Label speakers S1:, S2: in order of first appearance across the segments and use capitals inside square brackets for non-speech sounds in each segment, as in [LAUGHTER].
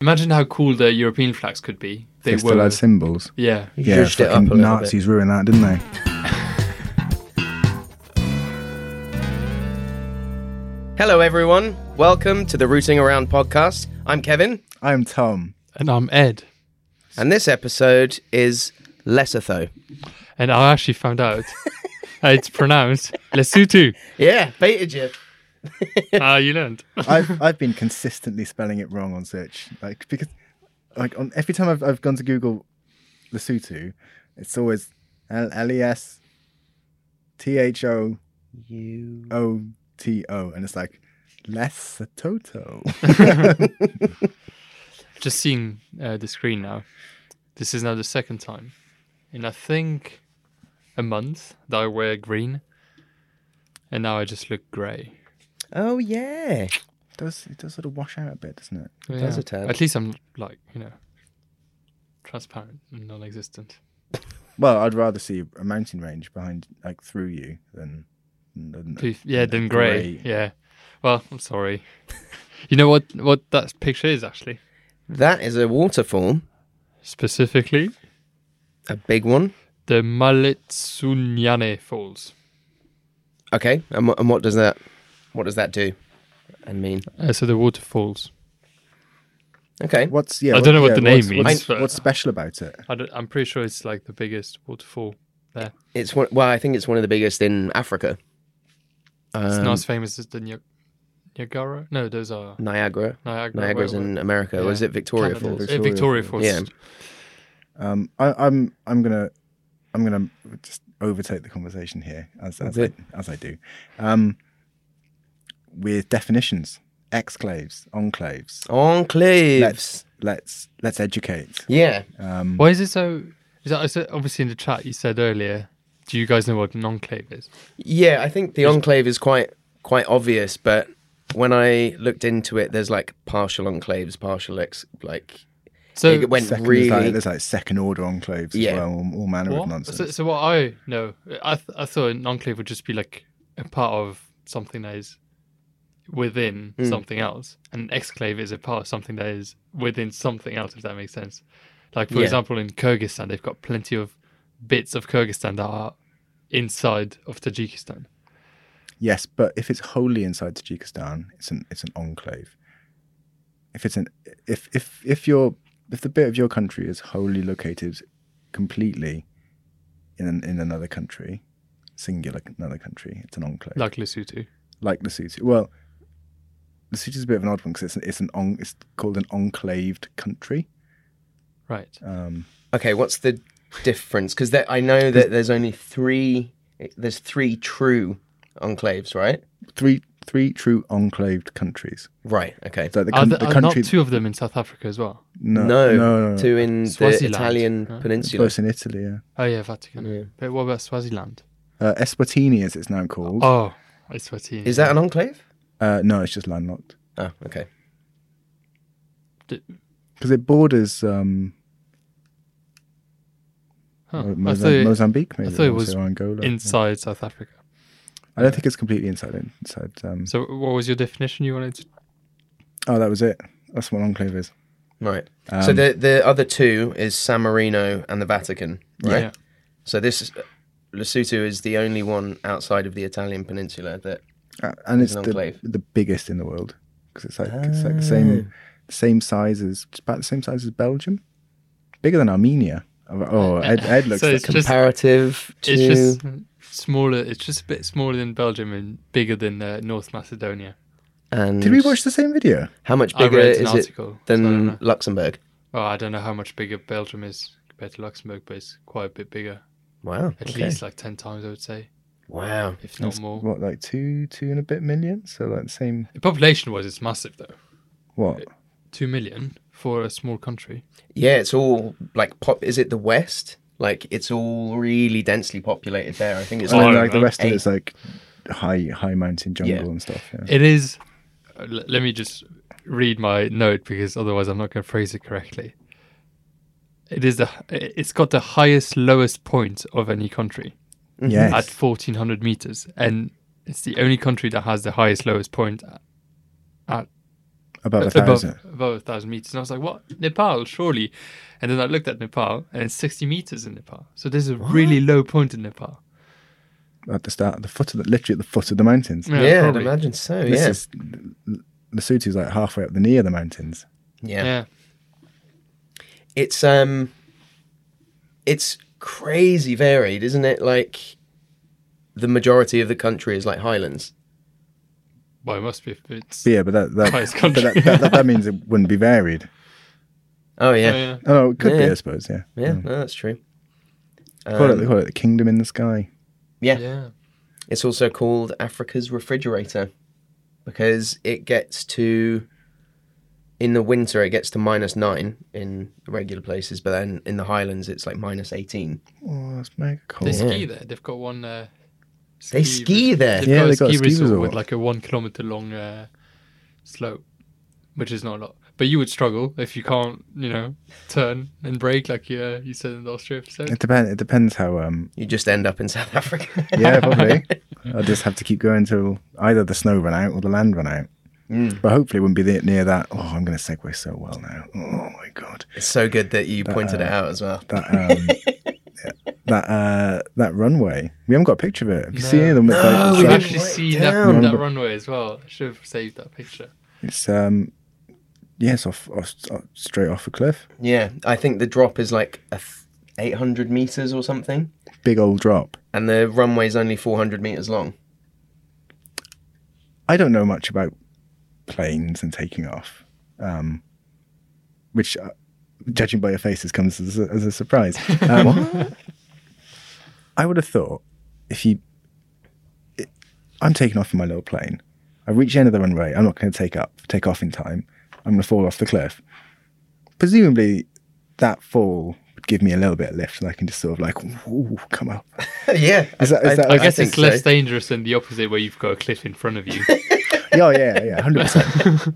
S1: Imagine how cool the European flags could be. They
S2: They still
S1: were.
S2: had symbols.
S1: yeah.
S2: Yeah,
S3: zhuzhed it up a
S2: fucking
S3: little
S2: Nazis ruined that, didn't they?
S3: bit. Hello, everyone. Welcome to the Rooting Around podcast. I'm Kevin,
S2: I'm Tom.
S1: And I'm Ed.
S3: and this episode is Lesotho.
S1: And I actually found out uh, it's pronounced Lesotho.
S3: Yeah, baited you.
S1: Ah, you learned. [LAUGHS]
S2: I've [LAUGHS] I've been consistently spelling it wrong on search, like because like on every time I've I've gone to Google Lesotho, it's always L L E S T H O
S3: You.
S2: O T O, and it's like Lesotho.
S1: Just seeing uh, the screen now. This is now the second time in I think a month that I wear green, and now I just look grey.
S3: Oh yeah.
S2: It [LAUGHS] does it does sort of wash out a bit, doesn't it?
S3: does
S1: Yeah.
S3: a tad.
S1: At least I'm like you know transparent and non-existent.
S2: Well, I'd rather see a mountain range behind like through you than. than-
S1: Please- yeah, then grey.
S2: grey.
S1: Yeah. Well, I'm sorry. [LAUGHS] you know what? What that picture is actually
S3: That is a waterfall,
S1: specifically
S3: a big one.
S1: the Maletsunyane Falls.
S3: Okay, and, wh- and what does that, what does that do, and mean?
S1: Uh, so the waterfalls.
S3: Okay,
S2: What's yeah?
S1: I don't know what
S2: yeah,
S1: the name
S2: what's-
S1: means,
S2: What's,
S1: but-
S2: what's special about it?
S1: I don't, I'm pretty sure it's like the biggest waterfall there.
S3: it's one. Well, I think it's one of the biggest in Africa.
S1: It's
S3: Um,
S1: not as famous as the Ni- Niagara. No, those are
S3: Niagara.
S1: Niagara.
S3: Niagara's
S1: where-
S3: in America.
S1: yeah.
S3: Or is it Victoria
S1: Canada.
S3: Falls?
S1: Uh,
S2: Victoria
S1: Victoria Falls.
S2: Falls.
S3: Yeah.
S2: Um, I, I'm I'm gonna I'm gonna just overtake the conversation here as as, I,
S3: Okay.
S2: as I do, um, with definitions, exclaves, enclaves.
S3: Enclaves.
S2: Let's let's let's educate.
S3: Yeah.
S2: Um,
S1: Why is it so? Is that, is it obviously in the chat you said earlier? Do you guys know what an enclave is?
S3: Yeah, I think the enclave is quite quite obvious, but when I looked into it, there's like partial enclaves, partial ex like
S1: So
S3: it went
S2: second, there's,
S3: really
S2: like, there's like second order enclaves
S3: Yeah.
S2: as well, all, all manner of
S1: what?
S2: nonsense.
S1: So, so what I know, I th- I thought an enclave would just be like a part of something that is within
S3: Hmm.
S1: something else. An exclave is a part of something that is within something else. If that makes sense. Like for
S3: Yeah.
S1: example, in Kyrgyzstan, they've got plenty of bits of Kyrgyzstan that are inside of Tajikistan.
S2: Yes, but if it's wholly inside Tajikistan, it's an it's an enclave. If it's an if if if your if the bit of your country is wholly located completely in an, in another country, singular another country, it's an enclave.
S1: like Lesotho.
S2: like Lesotho. Well, Lesotho is a bit of an odd one because it's an, it's an on, it's called an enclaved country.
S1: Right.
S2: Um,
S3: Okay, what's the difference? Because I know that there's only three. There's three true enclaves, right?
S2: three three true enclaved countries.
S3: Right. Okay.
S2: So the,
S1: Are,
S2: coun-
S1: there,
S2: the
S1: are not
S2: country
S1: two of them in South Africa as well?
S2: no,
S3: no,
S2: no, no,
S3: two in the
S1: Swaziland,
S3: Italian
S1: right?
S3: peninsula.
S2: close in Italy. Yeah.
S1: Oh yeah, Vatican.
S3: Yeah.
S1: But what about Swaziland?
S2: Uh, Eswatini, as it's now called.
S1: Oh, it's Swatini.
S3: Is that an enclave? Ah,
S2: Uh, no, it's just landlocked.
S3: Oh, okay.
S1: D-
S2: because it borders um,
S1: huh. I
S2: Moza-
S1: thought it-
S2: Mozambique,
S1: I
S2: maybe
S1: thought it was
S2: also Angola.
S1: inside South Africa.
S2: I don't think it's completely inside. Inside. Um,
S1: So what was your definition you wanted? To...
S2: oh, that was it. That's what enclave is.
S3: Right.
S1: Um,
S3: so the the other two is San Marino and the Vatican, right?
S1: Yeah.
S3: So this uh, Lesotho is the only one outside of the Italian peninsula that
S2: Uh, and it's
S3: an
S2: the,
S3: enclave. Ah.
S2: the biggest in the world because it's like it's like the same same size as it's about the same size as Belgium, bigger than Armenia. Oh, Ed, Ed looks
S1: Uh, So
S2: at
S1: it's just
S3: comparative to
S1: it's just smaller. It's just a bit smaller than Belgium and bigger than uh, North Macedonia.
S3: and
S2: Did we watch the same video?
S3: how much
S1: I
S3: bigger
S1: read an
S3: is it
S1: article, so I don't
S3: than
S1: know.
S3: Luxembourg?
S1: Well, I don't know how much bigger Belgium is compared to Luxembourg, but it's quite a bit bigger.
S3: Wow.
S1: At
S3: okay.
S1: least like ten times, I would say,
S3: Wow.
S1: if not more.
S2: What, like two, two and a bit million? So like the same.
S1: Population-wise, it's massive though.
S2: What?
S1: Two million for a small country.
S3: Yeah, it's all like pop. Is it the West? Like it's all really densely populated there. I think it's
S1: Oh,
S2: And
S1: I
S2: then,
S1: don't
S2: like the
S1: know.
S2: rest of
S3: Eight.
S2: it's like high, high mountain jungle
S3: Yeah.
S2: and stuff. Yeah.
S1: It is. uh, l- let me just read my note because otherwise I'm not going to phrase it correctly. It is the. h- It's got the highest lowest point of any country
S3: Mm-hmm.
S2: Yes.
S1: at 1400 meters, and it's the only country that has the highest lowest point at,
S2: about a
S1: above
S2: thousand.
S1: above a thousand meters. And I was like, what? Nepal, surely. And then I looked at Nepal, and it's 60 meters in Nepal. So there's a really low point in Nepal.
S2: At the start, at the foot of the, literally at the foot of the mountains.
S1: Yeah,
S3: yeah, I'd
S1: probably.
S3: imagine so.
S2: This
S3: yeah.
S2: is Lesotho is like halfway up the knee of the mountains.
S3: yeah.
S1: Yeah.
S3: it's um it's crazy varied isn't it like the majority of the country is like highlands
S1: Well, it must be. If it's,
S2: But yeah, but that that,
S1: Highest
S2: but
S1: country.
S2: that, that, that, that means it wouldn't be varied.
S3: oh yeah
S1: Oh, yeah.
S2: Oh, it could be,
S3: Yeah.
S2: I suppose. Yeah. Um,
S3: yeah, no, that's true
S2: Call it, they call it the kingdom in the sky.
S3: yeah.
S1: Yeah.
S3: it's also called africa's refrigerator because it gets to in the winter it gets to minus nine in regular places but then in the highlands it's like minus 18
S2: Oh, that's mega cool.
S1: They
S3: Yeah.
S1: ski there. They've got one. Uh,
S3: They ski there?
S1: They've
S2: Yeah,
S1: got a
S2: they've
S1: ski,
S2: got a ski
S1: resort, with
S2: resort.
S1: like a one kilometer long uh, slope, which is not a lot. But you would struggle if you can't, you know, turn and brake like you, uh, you said in the Austria episode.
S2: It depends. It depends how. Um,
S3: you just end up in south africa [LAUGHS]
S2: [LAUGHS] yeah, probably. I'll just have to keep going till either the snow run out or the land run out. But hopefully, it wouldn't be the- near that. Oh, I'm going to segue so well now. Oh my god,
S3: it's so good that you pointed it out as well
S2: that um, that uh, that runway. We haven't got a picture of it. Have you seen it? The one that's like-
S1: Oh,
S2: it's
S1: we
S2: like-
S1: actually
S3: write it
S1: see that,
S3: down.
S1: that runway as well. I should have saved that picture.
S2: It's um, yes, off, off, off straight off a cliff.
S3: yeah i think the drop is like a th- 800 meters or something
S2: Big old drop.
S3: and the runway's only 400 meters long.
S2: I don't know much about planes and taking off, um, which, uh, judging by your faces, comes as a, as
S1: [LAUGHS]
S2: a surprise. Um, I would have thought if you, it, I'm taking off in my little plane. I reach the end of the runway. I'm not going to take up, take off in time. I'm going to fall off the cliff. Presumably, that fall would give me a little bit of lift, and I can just sort of like, ooh,
S1: [LAUGHS]
S2: come up.
S3: [LAUGHS] yeah,
S2: Is that- is that-
S1: I,
S2: I
S1: guess
S2: think
S1: it's less
S3: so.
S1: dangerous than the opposite, where you've got a cliff in front of
S2: [LAUGHS]
S1: you.
S2: Yeah, yeah, yeah, hundred percent.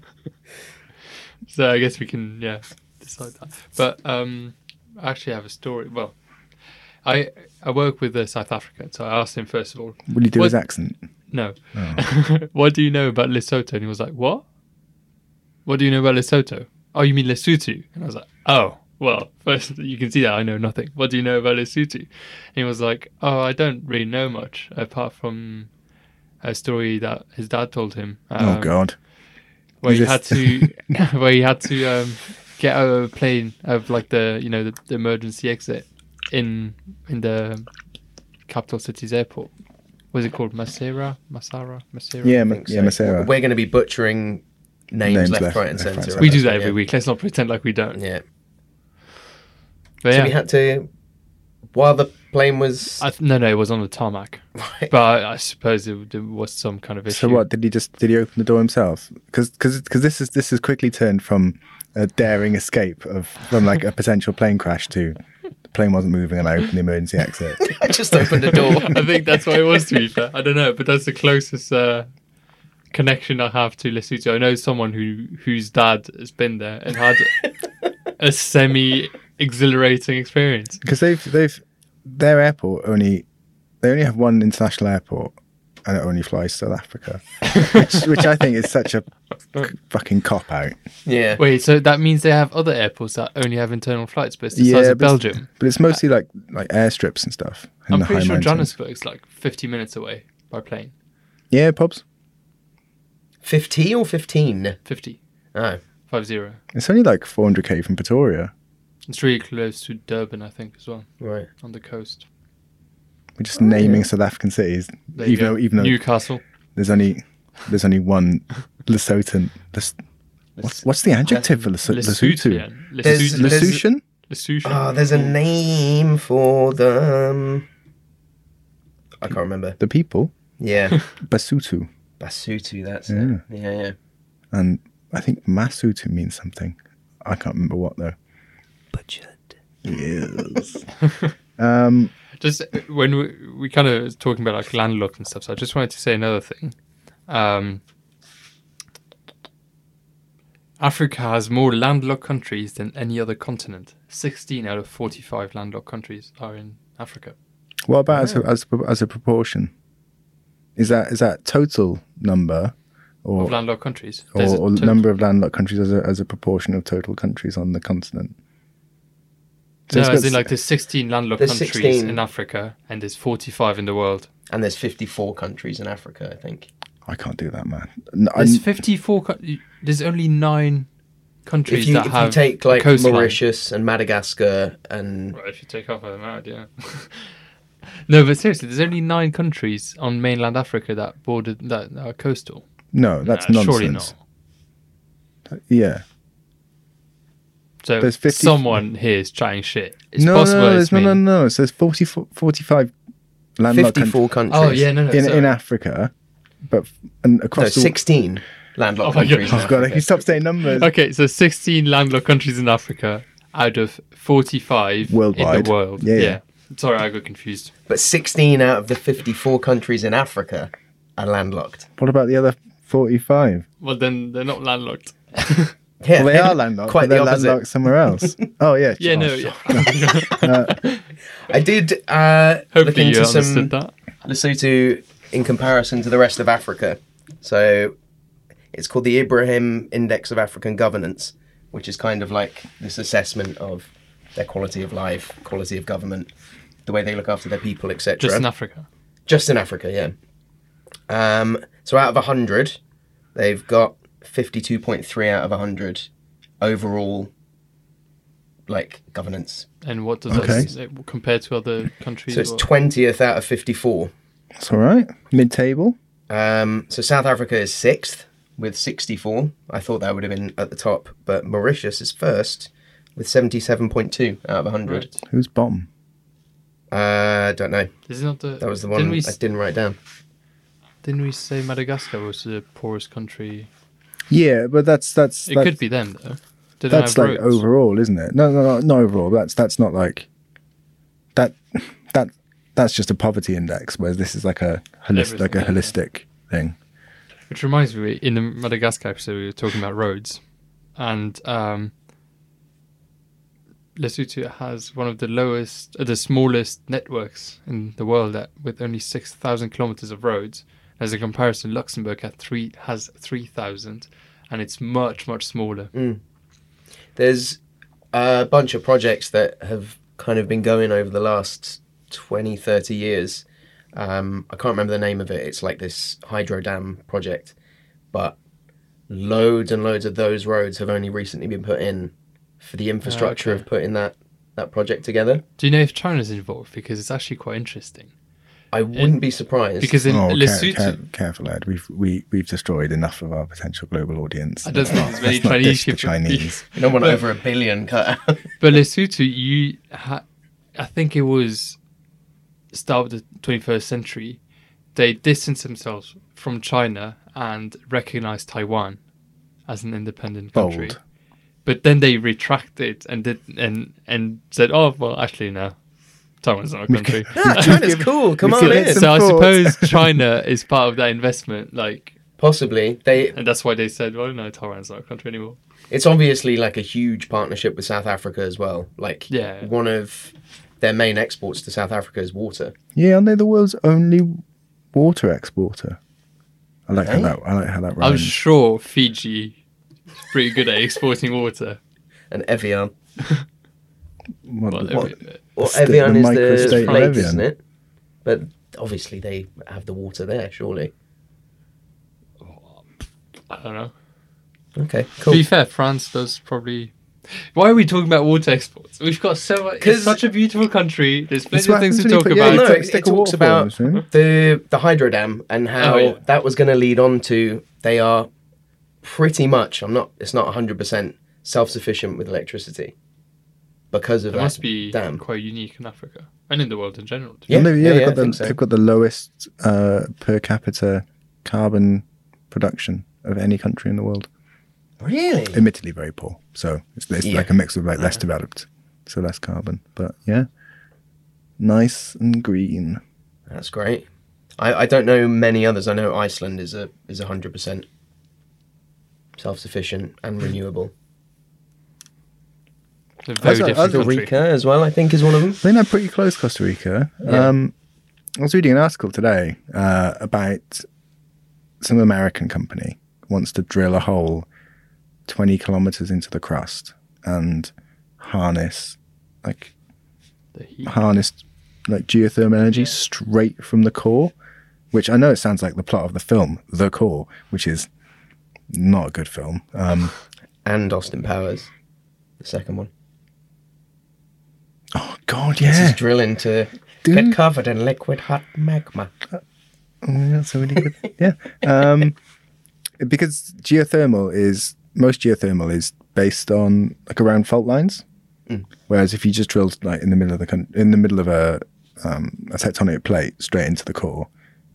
S1: so I guess we can yeah decide that. But um, I actually have a story. Well, I I work with uh, South Africa, so I asked him first of all.
S2: Will you do
S1: What-
S2: his accent?
S1: No. [LAUGHS] what do you know about Lesotho? And he was like, What? What do you know about Lesotho? Oh, you mean Lesotho? And I was like, Oh, well, [LAUGHS] first you can see that I know nothing. What do you know about Lesotho? And he was like, Oh, I don't really know much apart from a story that his dad told him.
S2: Oh
S1: um,
S2: God.
S1: where he
S2: Is
S1: had to [LAUGHS]
S3: [LAUGHS]
S2: this-
S1: where he had to um, get out of a plane of like the you know the, the emergency exit in in the capital city's airport. Was it called Masera? Masara? Masera?
S2: Yeah, ma- yeah, Masera.
S3: We're going to be butchering names,
S2: Names
S3: left,
S2: left-
S3: right, and
S2: left, right,
S3: centre.
S2: centre.
S1: We do that
S3: Yeah.
S1: every week. Let's not pretend like we don't.
S3: Yeah.
S1: But
S3: So
S1: yeah,
S3: we had to, while the plane was,
S1: I th- no, no, it was on the tarmac.
S3: [LAUGHS] Right.
S1: But I, I suppose it, there was some kind of issue.
S2: So what did he just did he open the door himself? Because this is this is quickly turned from a daring escape of from like a potential plane crash to the plane wasn't moving and I opened the emergency exit.
S3: [LAUGHS] I just opened a door.
S1: [LAUGHS] I think that's what it was. To be fair, I don't know, but that's the closest uh, connection I have to Lesotho. I know someone who whose dad has been there and had a semi exhilarating experience.
S2: because they've they've their airport only they only have one international airport and it only flies South Africa, which, which I think is such a fucking cop out.
S3: [LAUGHS] [LAUGHS] Yeah.
S1: Wait, so that means they have other airports that only have internal flights, but it's the size of
S2: but it's-
S1: Belgium.
S2: but it's mostly like like airstrips and stuff. in
S1: I'm
S2: the
S1: pretty
S2: high
S1: sure
S2: mountains.
S1: Johannesburg's like 50 minutes away by plane.
S2: Yeah, pops.
S3: 50 or 15?
S1: 50,
S3: Oh.
S1: 50.
S2: It's only like 400k from Pretoria.
S1: It's really close to Durban, I think, as well,
S3: Right.
S1: on the coast.
S2: We're just naming South African cities,
S1: There you
S2: even
S1: go.
S2: though even though
S1: Newcastle.
S2: there's only there's
S1: [LAUGHS]
S2: only one Lesotan. Les, what's what's the adjective for Lesotho? Lesotho?
S1: Lesotho.
S3: There's-
S1: Lesotho.
S3: there's-
S2: Lesutian?
S1: Lesotho.
S3: Oh, there's a name for them. I can't remember.
S2: The people
S3: [LAUGHS] Yeah.
S2: Basutu,
S3: Basutu, that's
S2: Yeah.
S3: it. Yeah, yeah.
S2: and I think Masutu means something. I can't remember what though.
S3: Butchered.
S2: Yes. um,
S1: just uh, when we, we kind of was talking about like landlocked and stuff, so I just wanted to say another thing. Um, Africa has more landlocked countries than any other continent. 16 out of 45 landlocked countries are in Africa.
S2: what about as, a, as a- as a proportion? Is that is that total number,
S1: Of
S2: or
S1: landlocked countries.
S2: or,
S1: There's a
S2: or
S1: total-
S2: number of landlocked countries as a, as a proportion of total countries on the continent?
S1: No,
S2: So it's
S1: as
S2: got
S1: in
S2: s-
S1: like there's 16 landlocked
S3: There's
S1: countries
S3: 16.
S1: in Africa and there's 45 in the world.
S3: And there's 54 countries in Africa, I think.
S2: I can't do that, man. No, I-
S1: There's 54. Co- there's only nine countries
S3: If you,
S1: that
S3: if
S1: have
S3: you take like
S1: coastline.
S3: Mauritius and Madagascar and
S1: Right, if you take half of them out, yeah. [LAUGHS] no, but seriously, there's only nine countries on mainland Africa that border that are coastal.
S2: no, that's
S1: Nah,
S2: nonsense.
S1: Surely not.
S2: Yeah,
S1: So
S2: There's 50
S1: someone here is chatting shit. It's
S2: no,
S1: possible.
S2: no, no,
S1: it's
S2: no, no,
S1: me.
S2: no. It says 40, 45 landlocked
S3: 54 countries.
S1: Oh yeah, no, no.
S2: countries in,
S1: so-
S2: in Africa, but f- and
S3: No,
S2: across the
S3: 16 landlocked
S1: Oh my
S3: countries. in
S1: God.
S2: Oh god, I
S3: Africa.
S2: can stop saying numbers.
S1: okay, so 16 landlocked countries in Africa out of 45 in
S2: Worldwide.
S1: the world.
S2: Yeah, yeah.
S1: Sorry, I got confused.
S3: But 16 out of the 54 countries in Africa are landlocked.
S2: What about the other forty-five?
S1: Well, then they're not landlocked.
S2: Oh,
S3: Yeah,
S2: Well, they are landlocked.
S3: Quite
S2: but they're
S3: the opposite.
S2: landlocked
S3: [LAUGHS]
S2: somewhere else. oh yeah.
S1: Yeah,
S2: oh,
S1: no.
S2: shit.
S1: Yeah.
S3: I did uh, look
S1: Hopefully you
S3: into
S1: understood
S3: some
S1: that.
S3: Lesotho in comparison to the rest of Africa. So it's called the Ibrahim Index of African Governance, which is kind of like this assessment of their quality of life, quality of government, the way they look after their people, etc.
S1: Just in Africa.
S3: Just in Africa, yeah. Um, so out of 100, they've got 52.3 out of 100 overall, like governance.
S1: And what does
S2: Okay.
S1: that s- compare to other countries?
S3: So it's
S1: or-
S3: 20th out of 54.
S2: It's all right. Mid-table.
S3: Um, so South Africa is sixth with 64. I thought that would have been at the top, but Mauritius is first with 77.2 out of 100.
S1: Right.
S2: Who's bottom?
S3: Uh, don't know.
S1: Is it not the,
S3: That was the one
S1: Didn't we,
S3: I
S1: s-
S3: didn't write down.
S1: Didn't we say Madagascar was the poorest country?
S2: Yeah, but that's that's
S1: It
S2: that's,
S1: could be them though. Did
S2: that's like
S1: roads?
S2: overall, isn't it? No, no, no, not overall. That's that's not like that that that's just a poverty index, whereas this is like a holistic,
S1: Everything,
S2: like a
S1: yeah.
S2: holistic thing.
S1: Which reminds me, in the Madagascar episode, we were talking about roads, and um, Lesotho has one of the lowest, uh, the smallest networks in the world, at, with only six thousand kilometers of roads. As a comparison, Luxembourg at three has three thousand, and it's much much smaller.
S3: Mm. There's a bunch of projects that have kind of been going over the last 20, 30 years. Um, I can't remember the name of it. It's like this hydro dam project, but loads and loads of those roads have only recently been put in for the infrastructure of putting that, that project together.
S1: Do you know if China's involved? Because it's actually quite interesting.
S3: I wouldn't be surprised.
S1: Because in
S2: Oh, care,
S1: Lesotho,
S2: care, careful, lad. We've we, we've destroyed enough of our potential global audience.
S1: I don't think there's many
S2: Let's not
S1: Chinese
S2: dish the
S1: people.
S2: Chinese.
S3: you don't want over a billion cut out.
S1: [LAUGHS] But Lesotho, you, ha- I think it was start of the 21st century. They distanced themselves from China and recognized Taiwan as an independent country.
S2: Bold.
S1: But then they retracted and did and and said, "Oh well, actually no, Taiwan's not a country."
S2: [LAUGHS]
S3: China's cool. Come
S2: we
S3: on
S2: can-
S3: in.
S2: Some
S1: so I
S2: [LAUGHS] thoughts.
S1: suppose China is part of that investment, like
S3: Possibly they.
S1: and that's why they said, "Well, no, Taiwan's not a country anymore."
S3: It's obviously like a huge partnership with South Africa as well. Like
S1: Yeah.
S3: one of their main exports to South Africa is water.
S2: Yeah, aren't they the world's only water exporter? I like how
S3: Really?
S2: that. I like how that
S1: I'm
S2: rhymes.
S1: sure Fiji is pretty good at exporting water.
S3: And Evian.
S2: What-
S1: But
S2: what-
S1: if-
S3: Well,
S2: State-
S3: Evian
S2: the
S3: is the
S2: microstate of
S3: flake,
S2: Evian.
S3: isn't it? But obviously they have the water there, surely.
S1: I don't know.
S3: Okay, cool.
S1: To be fair, France does probably. Why are we talking about water exports? We've got so much. It's
S3: 'Cause-
S1: such a beautiful country. There's plenty
S2: That's
S1: of
S2: what
S1: things to
S2: happens when you
S1: talk
S2: put- yeah,
S1: about.
S2: you
S3: No,
S2: take-
S3: it-
S2: stick
S3: it
S2: a
S3: talks
S2: waterfall,
S3: about-
S2: isn't it?
S3: the the hydro dam and how
S1: Oh, yeah.
S3: that was going to lead on to they are pretty much I'm not it's not 100% self-sufficient with electricity because of
S1: It
S3: that
S1: must be
S3: dam.
S1: quite unique in Africa and in the world in general. too.
S3: Yeah,
S2: And they-
S3: yeah,
S2: they've,
S3: yeah, I
S2: got the,
S3: think so.
S2: they've got the lowest uh, per capita carbon production of any country in the world.
S3: Really?
S2: Admittedly, very poor. So it's, it's
S3: Yeah.
S2: like a mix of like less developed, so less carbon. But yeah, nice and green.
S3: That's great. I, I don't know many others. I know Iceland is a is 100% self-sufficient and renewable.
S1: It's a very
S2: Also,
S1: different
S3: Costa
S2: other
S1: country.
S3: Rica as well, I think is one of them.
S2: They're now pretty close, Costa Rica.
S3: Yeah.
S2: Um, I was reading an article today uh, about some American company wants to drill a hole 20 kilometers into the crust and harness like
S1: The heat.
S2: harness like geothermal energy straight from the core, which I know it sounds like the plot of the film The Core, which is not a good film. Um,
S3: And Austin Powers, the second one.
S2: oh God,
S3: This
S2: yeah,
S3: is drilling to
S2: Dude.
S3: get covered in liquid hot magma.
S2: Mm, that's a really good. yeah, um, because geothermal is most geothermal is based on like around fault lines, whereas if you just drilled like in the middle of the con- in the middle of a um, a tectonic plate straight into the core,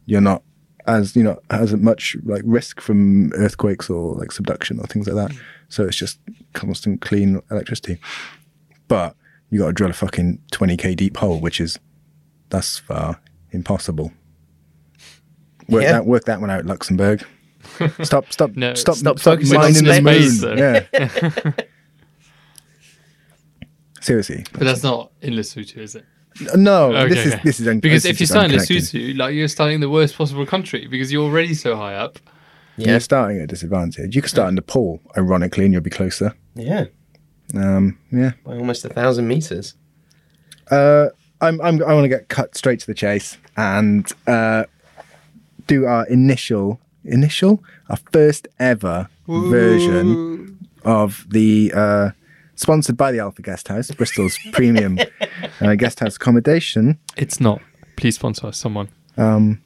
S2: you're not as you know as much like risk from earthquakes or like subduction or things like that. So it's just constant clean electricity. But you got to drill a fucking twenty k deep hole, which is thus far impossible. Work
S3: Yeah.
S2: that work that one out, Luxembourg. Stop, stop,
S1: No,
S2: stop,
S1: stop
S2: stop,
S1: focusing on
S2: mining the moon.
S1: space, though.
S2: yeah. [LAUGHS] Seriously,
S1: But that's not in Lesotho, is it?
S2: no.
S1: Okay,
S2: this is
S1: okay.
S2: this is un-
S1: because
S2: this
S1: if
S2: is
S1: you
S2: just
S1: start in
S2: unconnected.
S1: Lesotho, like you're starting the worst possible country because you're already so high up.
S3: Yeah.
S2: you're starting at a disadvantage. You could start in Nepal, ironically, and you'll be closer.
S3: Yeah,
S2: Um, yeah,
S3: by almost a thousand meters.
S2: uh, I'm, I'm, I want to get cut straight to the chase and uh, do our initial, initial, our first ever version of the uh, sponsored by the Alpha Guest House, Bristol's [LAUGHS] premium uh, guest house accommodation.
S1: It's not. Please sponsor us, someone.
S2: I'm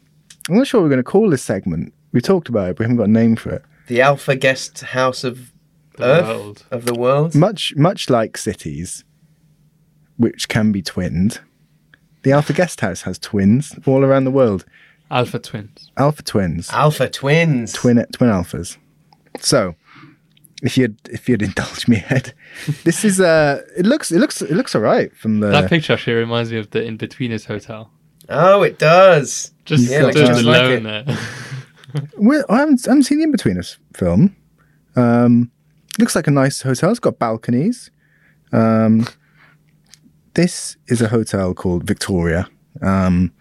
S2: not sure what we're going to call this segment. We talked about it, but we haven't got a name for it.
S3: The Alpha Guest House of
S1: The
S3: Earth
S1: world.
S3: of the world.
S2: Much, much like cities, which can be twinned. The Alpha Guest House has twins all around the world.
S1: Alpha twins.
S2: Alpha twins.
S3: Alpha twins.
S2: twin twin alphas. So, if you'd if you'd [LAUGHS] indulge me, Ed, this is uh, it looks it looks it looks alright from the.
S3: Uh,
S1: That picture actually reminds me of the In Betweeners Hotel.
S3: Oh, it does.
S1: Just
S3: Yeah,
S2: like
S1: just
S2: just
S3: like
S1: alone
S3: it.
S1: there.
S3: [LAUGHS]
S2: Well, I haven't I haven't seen the in between us film. Um, looks like a nice hotel. It's got balconies. Um, this is a hotel called Victoria. Um,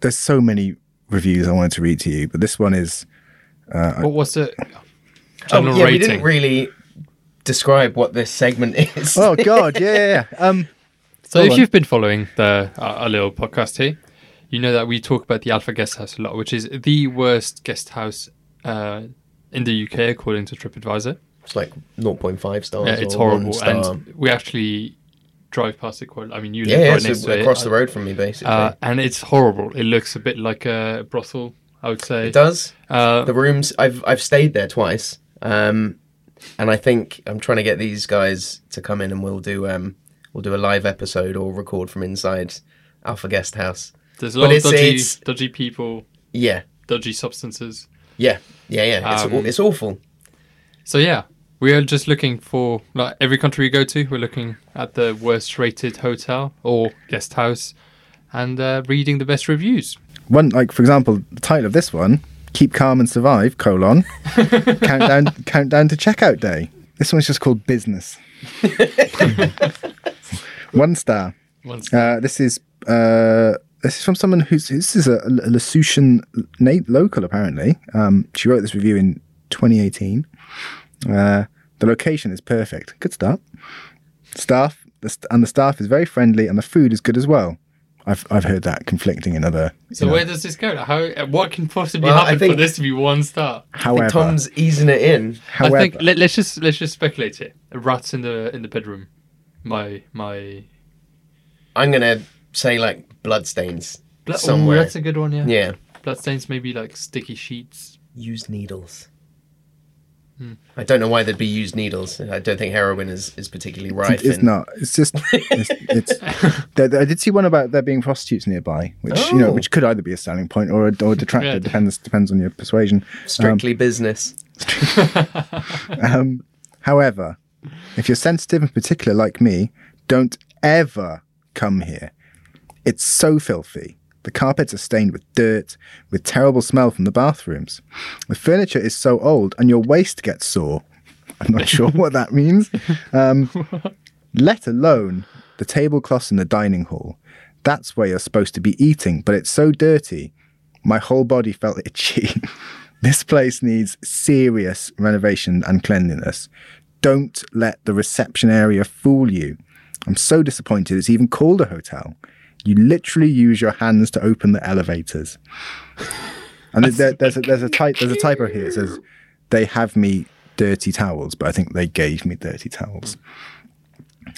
S2: there's so many reviews I wanted to read to you, but this one is
S1: what was it?
S3: Oh,
S1: General
S3: yeah, we
S1: rating.
S3: didn't really describe what this segment [LAUGHS] is.
S2: oh god, yeah, yeah, yeah. Um,
S1: so
S2: hold
S1: if
S2: on.
S1: you've been following the our, our little podcast here, you know that we talk about the Alpha Guest House a lot, which is the worst guest house uh, in the UK according to TripAdvisor.
S3: It's like 0.5 stars.
S1: Yeah, it's
S3: or one
S1: horrible,
S3: star.
S1: and we actually drive past it quite. I mean, you
S3: yeah,
S1: live
S3: yeah
S1: right
S3: so
S1: next to
S3: across
S1: it,
S3: the road from me, basically.
S1: uh, and it's horrible. It looks a bit like a brothel, I would say.
S3: it does.
S1: Uh,
S3: The rooms. I've I've stayed there twice, um, and I think I'm trying to get these guys to come in, and we'll do um, we'll do a live episode or record from inside Alpha Guest House.
S1: there's a
S3: but
S1: lot of
S3: it's-
S1: dodgy,
S3: it's-
S1: dodgy people,
S3: Yeah,
S1: dodgy substances.
S3: yeah, yeah, yeah. It's
S1: Um,
S3: aw- it's awful.
S1: So yeah, we are just looking for like every country we go to, we're looking at the worst rated hotel or guest house, and uh, reading the best reviews.
S2: one like for example the title of this one keep calm and survive, colon, countdown, countdown to checkout day. This one's just called business. One star.
S1: Once
S2: Uh, this is uh, this is from someone who's this is a, a Lassutian na- local apparently. Um, she wrote this review in 2018. Uh, the location is perfect. Good start. Staff the st- and the staff is very friendly and the food is good as well. I've I've heard that conflicting in other.
S1: so where does this go? How? What can possibly
S3: Well, I
S1: happen for
S3: think-
S1: this to be one star?
S3: I
S2: However,
S3: think Tom's easing it in.
S2: however,
S1: I think let, us just let's just speculate here. Rats in the in the bedroom. My my.
S3: I'm gonna say like bloodstains
S1: Blood,
S3: somewhere.
S1: that's a good one. Yeah.
S3: yeah,
S1: Bloodstains maybe like sticky sheets.
S3: use needles. I don't know why there'd be used needles. I don't think heroin is, is particularly rife.
S2: it's
S3: in-
S2: not. um, It's just. It's.
S1: [LAUGHS]
S2: it's there, there- I did see one about there being prostitutes nearby, which you know,
S3: Oh.
S2: which could either be a selling point or a, or a detractor.
S1: Yeah.
S2: Depends depends on your persuasion. Um,
S3: strictly business.
S2: Um, however, if you're sensitive and particular like me, don't ever come here. It's so filthy. The carpets are stained with dirt, with terrible smell from the bathrooms. The furniture is so old, and your waist gets sore. I'm not sure what that means. Um, let alone the tablecloths in the dining hall. That's where you're supposed to be eating, but it's so dirty. My whole body felt [LAUGHS] itchy. this place needs serious renovation and cleanliness. Don't let the reception area fool you. I'm so disappointed it's even called a hotel. You literally use your hands to open the elevators. And there, there's a, there's a type there's a typo here. It says they have me dirty towels, but I think they gave me dirty towels.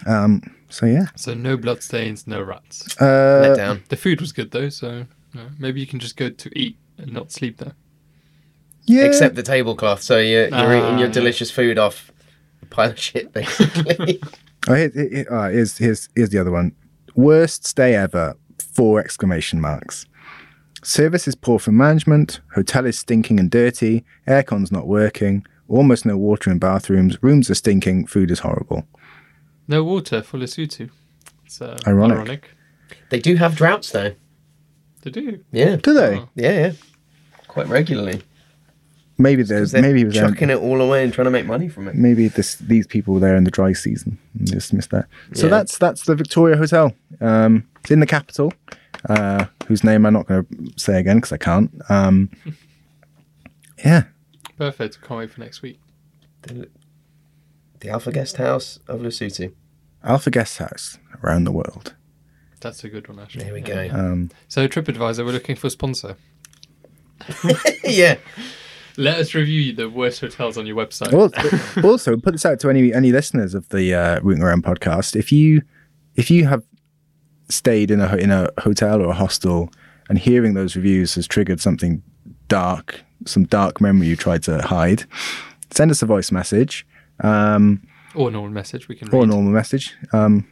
S2: Um. So yeah.
S1: So no bloodstains, no rats.
S2: Uh,
S3: Let down.
S1: The food was good though, so uh, maybe you can just go to eat and not sleep there.
S2: yeah.
S3: Except the tablecloth. So you're, you're
S1: Ah,
S3: eating your
S1: yeah.
S3: delicious food off a pile of shit, basically.
S2: Oh, here, here- here- all right, here's here's here's the other one. Worst stay ever. Four exclamation marks. Service is poor from management. Hotel is stinking and dirty. Aircon's not working. Almost no water in bathrooms. Rooms are stinking. Food is horrible.
S1: No water for Lesotho. It's uh,
S2: Ironic.
S1: ironic.
S3: they do have droughts, though.
S1: They do.
S3: Yeah.
S2: Do they?
S1: Oh.
S3: Yeah, yeah. Quite regularly.
S2: Maybe there's
S3: They're
S2: maybe it was Mm. there-
S3: chucking it all away and trying to make money from it.
S2: maybe this these people were there in the dry season and just missed that. So
S3: Yeah.
S2: that's that's the Victoria Hotel. Um, it's in the capital, uh, whose name I'm not going to say again because I can't. Um, [LAUGHS] yeah,
S1: Perfect. Can't wait for next week.
S3: The Alpha Guest House of Lesotho.
S2: Alpha Guest House around the world.
S1: That's a good one actually.
S3: There we
S1: Yeah.
S3: go.
S2: Um,
S1: So TripAdvisor, we're looking for a sponsor.
S3: yeah.
S1: Let us review the worst hotels on your website.
S2: al- [LAUGHS] also, put this out to any any listeners of the uh, Rooting Around podcast. If you if you have stayed in a ho- in a hotel or a hostel, and hearing those reviews has triggered something dark, some dark memory you tried to hide, send us a voice message. Um,
S1: Or a normal message we can read.
S2: or a normal message, um,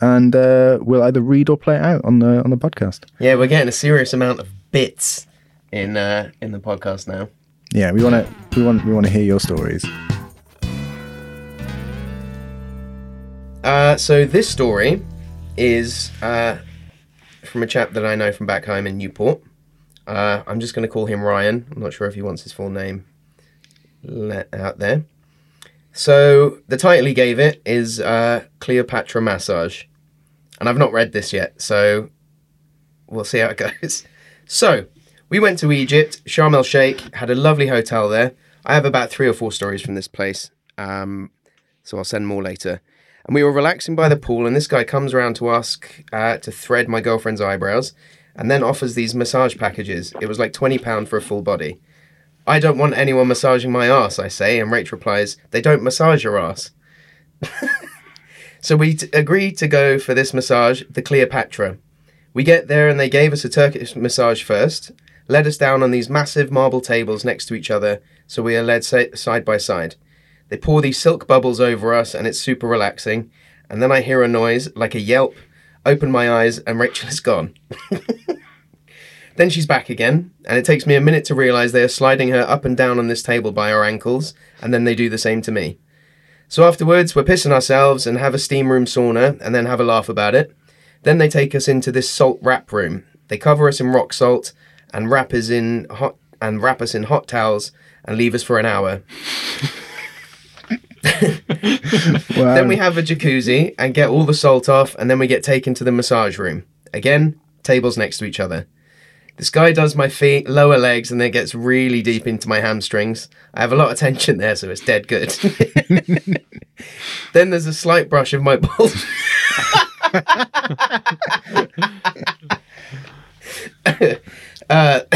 S2: and uh, we'll either read or play it out on the on the podcast.
S3: Yeah, we're getting a serious amount of bits in uh, in the podcast now.
S2: Yeah, we want to we want we want to hear your stories.
S3: Uh, so this story is uh, from a chap that I know from back home in Newport. Uh, I'm just going to call him Ryan. I'm not sure if he wants his full name let out there. So the title he gave it is uh, Cleopatra Massage, and I've not read this yet, so we'll see how it [LAUGHS] goes. So we went to Egypt, Sharm el Sheikh, had a lovely hotel there. I have about three or four stories from this place, um, so I'll send more later. And we were relaxing by the pool, and this guy comes around to ask uh, to thread my girlfriend's eyebrows, and then offers these massage packages. It was like twenty pound for a full body. I don't want anyone massaging my ass, I say, and Rach replies, "They don't massage your ass." [LAUGHS] so we t- agree to go for this massage, the Cleopatra. We get there, and they gave us a Turkish massage first, led us down on these massive marble tables next to each other, so we are led si- side by side. They pour these silk bubbles over us, and it's super relaxing. And then I hear a noise, like a yelp, open my eyes, and Rachel is gone. then she's back again, and it takes me a minute to realize they are sliding her up and down on this table by her ankles, and then they do the same to me. So afterwards, we're pissing ourselves and have a steam room sauna, and then have a laugh about it. Then they take us into this salt wrap room. They cover us in rock salt, and wrap us in hot and wrap us in hot towels and leave us for an hour.
S2: Well,
S3: Then we have a jacuzzi and get all the salt off, and then we get taken to the massage room. Again, tables next to each other. This guy does my feet, lower legs, and then gets really deep into my hamstrings. I have a lot of tension there, so it's dead good. [LAUGHS] then there's a slight brush of my balls. [LAUGHS] Uh, [COUGHS]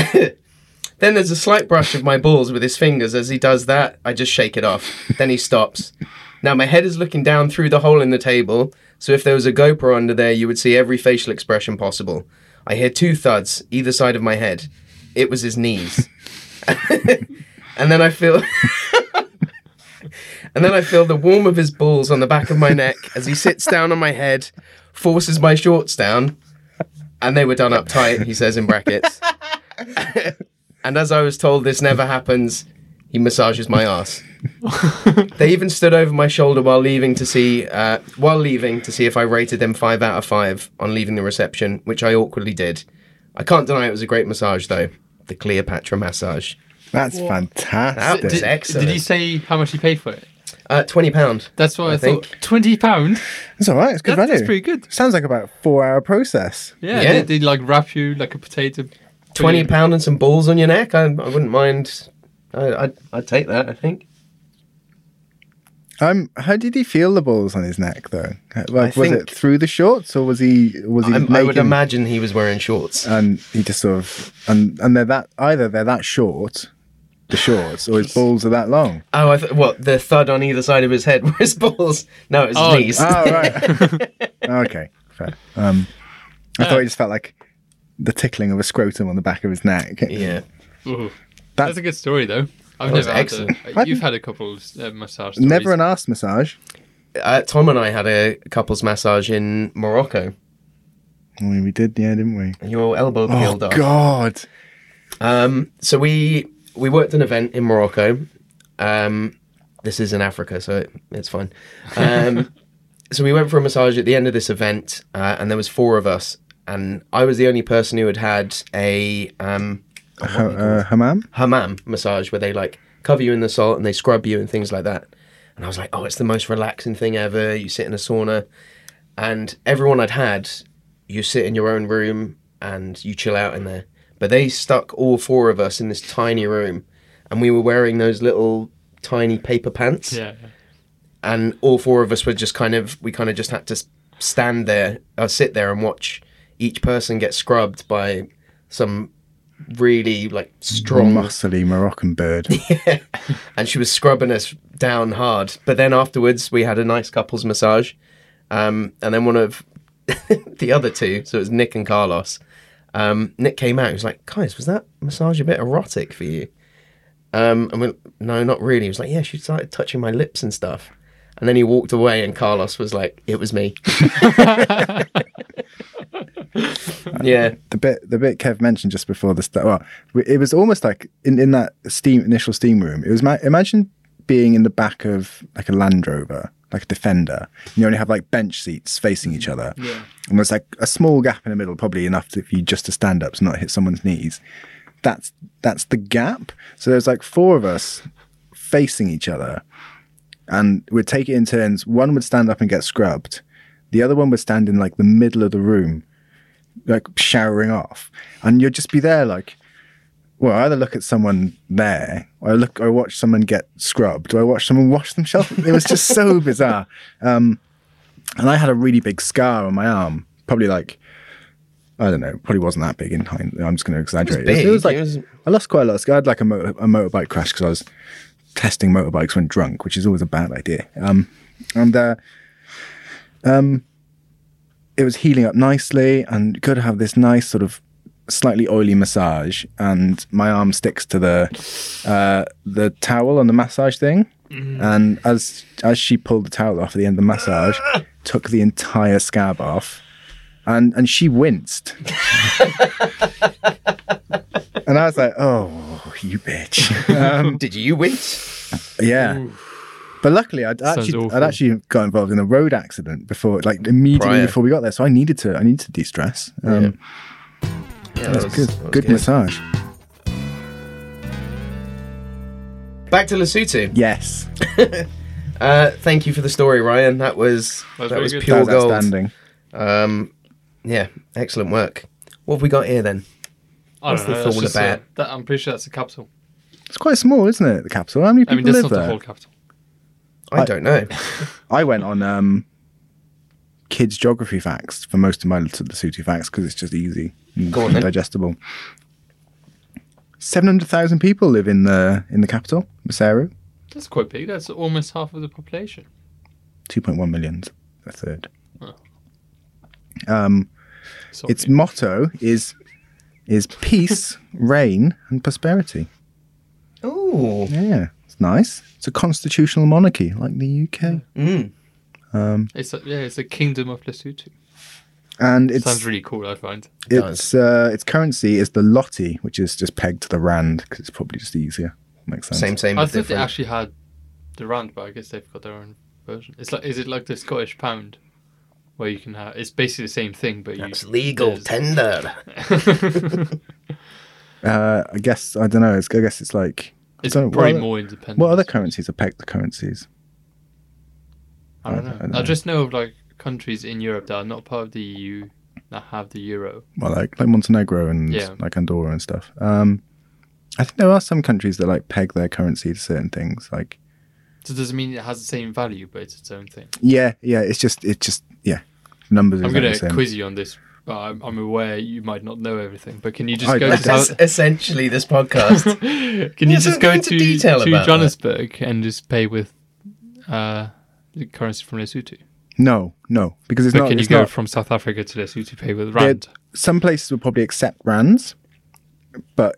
S3: Then there's a slight brush of my balls with his fingers. As he does that, I just shake it off. Then he stops. Now my head is looking down through the hole in the table, so if there was a GoPro under there, you would see every facial expression possible. I hear two thuds either side of my head. It was his knees. [LAUGHS] and then I feel [LAUGHS] And then I feel the warm of his balls on the back of my neck as he sits down on my head, forces my shorts down, and they were done up tight, he says in brackets. [LAUGHS] And as I was told, this never happens. He massages my ass. they even stood over my shoulder while leaving to see, uh, while leaving to see if I rated them five out of five on leaving the reception, which I awkwardly did. I can't deny it was a great massage though. The Cleopatra massage,
S2: That's fantastic.
S3: That was
S1: Did,
S3: excellent.
S1: did he say how much he paid for it?
S3: uh, twenty pound.
S1: That's what I,
S3: I
S1: thought.
S3: think.
S1: Twenty pound.
S2: It's all right. It's good
S1: That-
S2: value.
S1: that's pretty good.
S2: Sounds like about a four-hour process.
S1: Yeah.
S3: Yeah.
S1: Did, like wrap you like a potato?
S3: Twenty pound and some balls on your neck. I, I wouldn't mind. I, I'd, I'd take that. I think.
S2: Um, how did he feel the balls on his neck though? Uh, Like,
S3: I
S2: was
S3: think-
S2: it through the shorts or was he was he
S3: I'm-
S2: naked?
S3: I would imagine he was wearing shorts.
S2: And he just sort of and and they're that either they're that short, the shorts,
S3: [LAUGHS]
S2: or his balls are that long.
S3: Oh, I th- what the thud on either side of his head [LAUGHS] were his balls. No, it was
S1: Oh,
S3: his knees.
S2: Oh right. [LAUGHS] okay, fair. Um, I thought he just felt like the tickling of a scrotum on the back of his neck.
S3: yeah.
S1: Ooh.
S2: That-
S1: That's a good story though. I've
S3: was
S1: never had
S3: excellent.
S1: a, You've had a couple of uh, massage. Stories.
S2: Never an ass massage.
S3: uh, Tom and I had a couples massage in Morocco,
S2: I mean, we did, yeah, didn't we?
S3: and your elbow
S2: Oh
S3: peeled off.
S2: God!
S3: Um, so we we worked an event in Morocco. Um, this is in Africa, so it, it's fine. Um, [LAUGHS] so we went for a massage at the end of this event, uh, and there was four of us, and I was the only person who had had a um,
S2: Ha- uh, hammam.
S3: hammam massage where they like cover you in the salt and they scrub you and things like that. And I was like, oh, it's the most relaxing thing ever. You sit in a sauna, and everyone I'd had, you sit in your own room and you chill out in there. But they stuck all four of us in this tiny room, and we were wearing those little tiny paper pants
S1: Yeah.
S3: and all four of us were just kind of we kind of just had to s- stand there or sit there and watch each person get scrubbed by some really like strong
S2: muscly Moroccan bird.
S3: and she was scrubbing us down hard but then afterwards we had a nice couples massage um, and then one of [LAUGHS] the other two so it was nick and carlos um, nick came out he was like guys was that massage a bit erotic for you um, and went, no not really he was like yeah she started touching my lips and stuff and then he walked away and carlos was like it was me [LAUGHS] yeah
S2: the bit the bit Kev mentioned just before the start. Well, w- it was almost like in, in that steam initial steam room. It was ma- imagine being in the back of like a Land Rover, like a Defender. And you only have like bench seats facing each other, and there's like a small gap in the middle, probably enough to, for you just to stand up, so not hit someone's knees. That's that's the gap. So there's like four of us facing each other, and we'd take it in turns. One would stand up and get scrubbed. The other one would stand in like the middle of the room like showering off, and you'd just be there like, well, I either look at someone there, or I look, I watch someone get scrubbed, or I watch someone wash themselves. It was just
S3: [LAUGHS]
S2: so bizarre. Um, and I had a really big scar on my arm, probably like. I don't know. Probably wasn't that big in time. I'm just going to exaggerate.
S3: big,
S2: like
S3: it was-
S2: I lost quite a lot. of scar. I had like a, motor, a motorbike crash because I was testing motorbikes when drunk, which is always a bad idea. Um, and uh, um, it was healing up nicely and could have this nice sort of slightly oily massage and my arm sticks to the uh, the towel on the massage thing and as as she pulled the towel off at the end of the massage took the entire scab off and and she winced and I was like oh you
S3: [LAUGHS]
S2: bitch [LAUGHS]
S3: did you wince
S2: yeah. But luckily, I'd actually,
S1: awful.
S2: I'd actually got involved in a road accident before, like immediately
S3: Prior.
S2: before we got there. So I needed to, I needed to de-stress. Um,
S3: yeah,
S2: That's good, good massage.
S3: Back to Lesotho.
S2: Yes,
S3: Uh, thank you for the story, Ryan. That was
S1: That
S3: that,
S1: was very
S3: was
S1: good.
S2: that
S3: pure
S2: was
S3: gold.
S2: outstanding.
S3: Um, yeah, excellent work. What have we got here then?
S1: I
S3: What's
S1: don't
S3: the
S1: know. that's
S3: thought
S1: just a-
S3: about-
S1: that, I'm pretty sure that's the capital.
S2: It's quite small, isn't it? The capital. How many
S1: I
S2: people
S1: mean, that's
S2: live
S1: not
S2: there?
S1: the whole capital.
S3: I
S2: I-
S3: don't know.
S2: I went on um, kids' geography facts for most of my little Lesotho facts because it's just easy and
S3: Go on then.
S2: digestible. Seven hundred thousand people live in the in the capital, Maseru.
S1: That's quite big. That's almost half of the population.
S2: Two point one million, a third.
S1: So
S2: Its motto is is
S1: [LAUGHS]
S2: peace, reign, and prosperity.
S3: Ooh,
S2: Yeah, it's nice. It's a constitutional monarchy like the UK,
S1: Hmm. it's a, yeah, it's a kingdom of Lesotho.
S2: and it's
S1: Sounds really cool. I find.
S2: its uh, its currency is the lottie, which is just pegged to the rand because it's probably just easier. Makes sense.
S3: same, same,
S1: I
S3: but
S1: thought they
S3: different.
S1: actually had the round, but I guess they've got their own version. It's like is it like the Scottish pound, where you can have it's basically the same thing, but
S3: It's
S1: you
S3: legal
S1: there's- [LAUGHS]
S3: tender.
S2: Uh, I guess I don't know. It's, I guess it's like I
S1: It's
S2: don't know,
S1: probably
S2: what other-
S1: more independent.
S2: What other currencies are pegged to currencies?
S1: I don't
S2: I
S1: know. I,
S2: don't know.
S1: just know of like countries in Europe that are not part of the EU that have the euro.
S2: Well, like like Montenegro and
S1: Yeah.
S2: like Andorra and stuff. Um, I think there are some countries that like peg their currency to certain things. Like
S1: So it doesn't mean it has the same value, but it's its own thing.
S2: yeah, yeah. It's just it's just yeah. Numbers. are
S1: I'm
S2: exactly
S1: going
S2: the
S1: to
S2: same.
S1: quiz you on this, but I'm, I'm aware you might not know everything. But can you just
S2: I
S1: go?
S2: don't.
S1: To,
S3: That's
S1: South-
S3: essentially this
S1: [LAUGHS]
S3: podcast.
S1: can you
S3: Yeah, don't
S1: just go
S3: go into
S1: to,
S3: detail
S1: to
S3: about that.
S1: Johannesburg and just pay with uh, the currency from Lesotho?
S2: No, no, because it's
S1: But
S2: not.
S1: can you
S2: it's
S1: go
S2: not-
S1: from South Africa to Lesotho pay with
S2: there-
S1: rand?
S2: some places would probably accept rands, but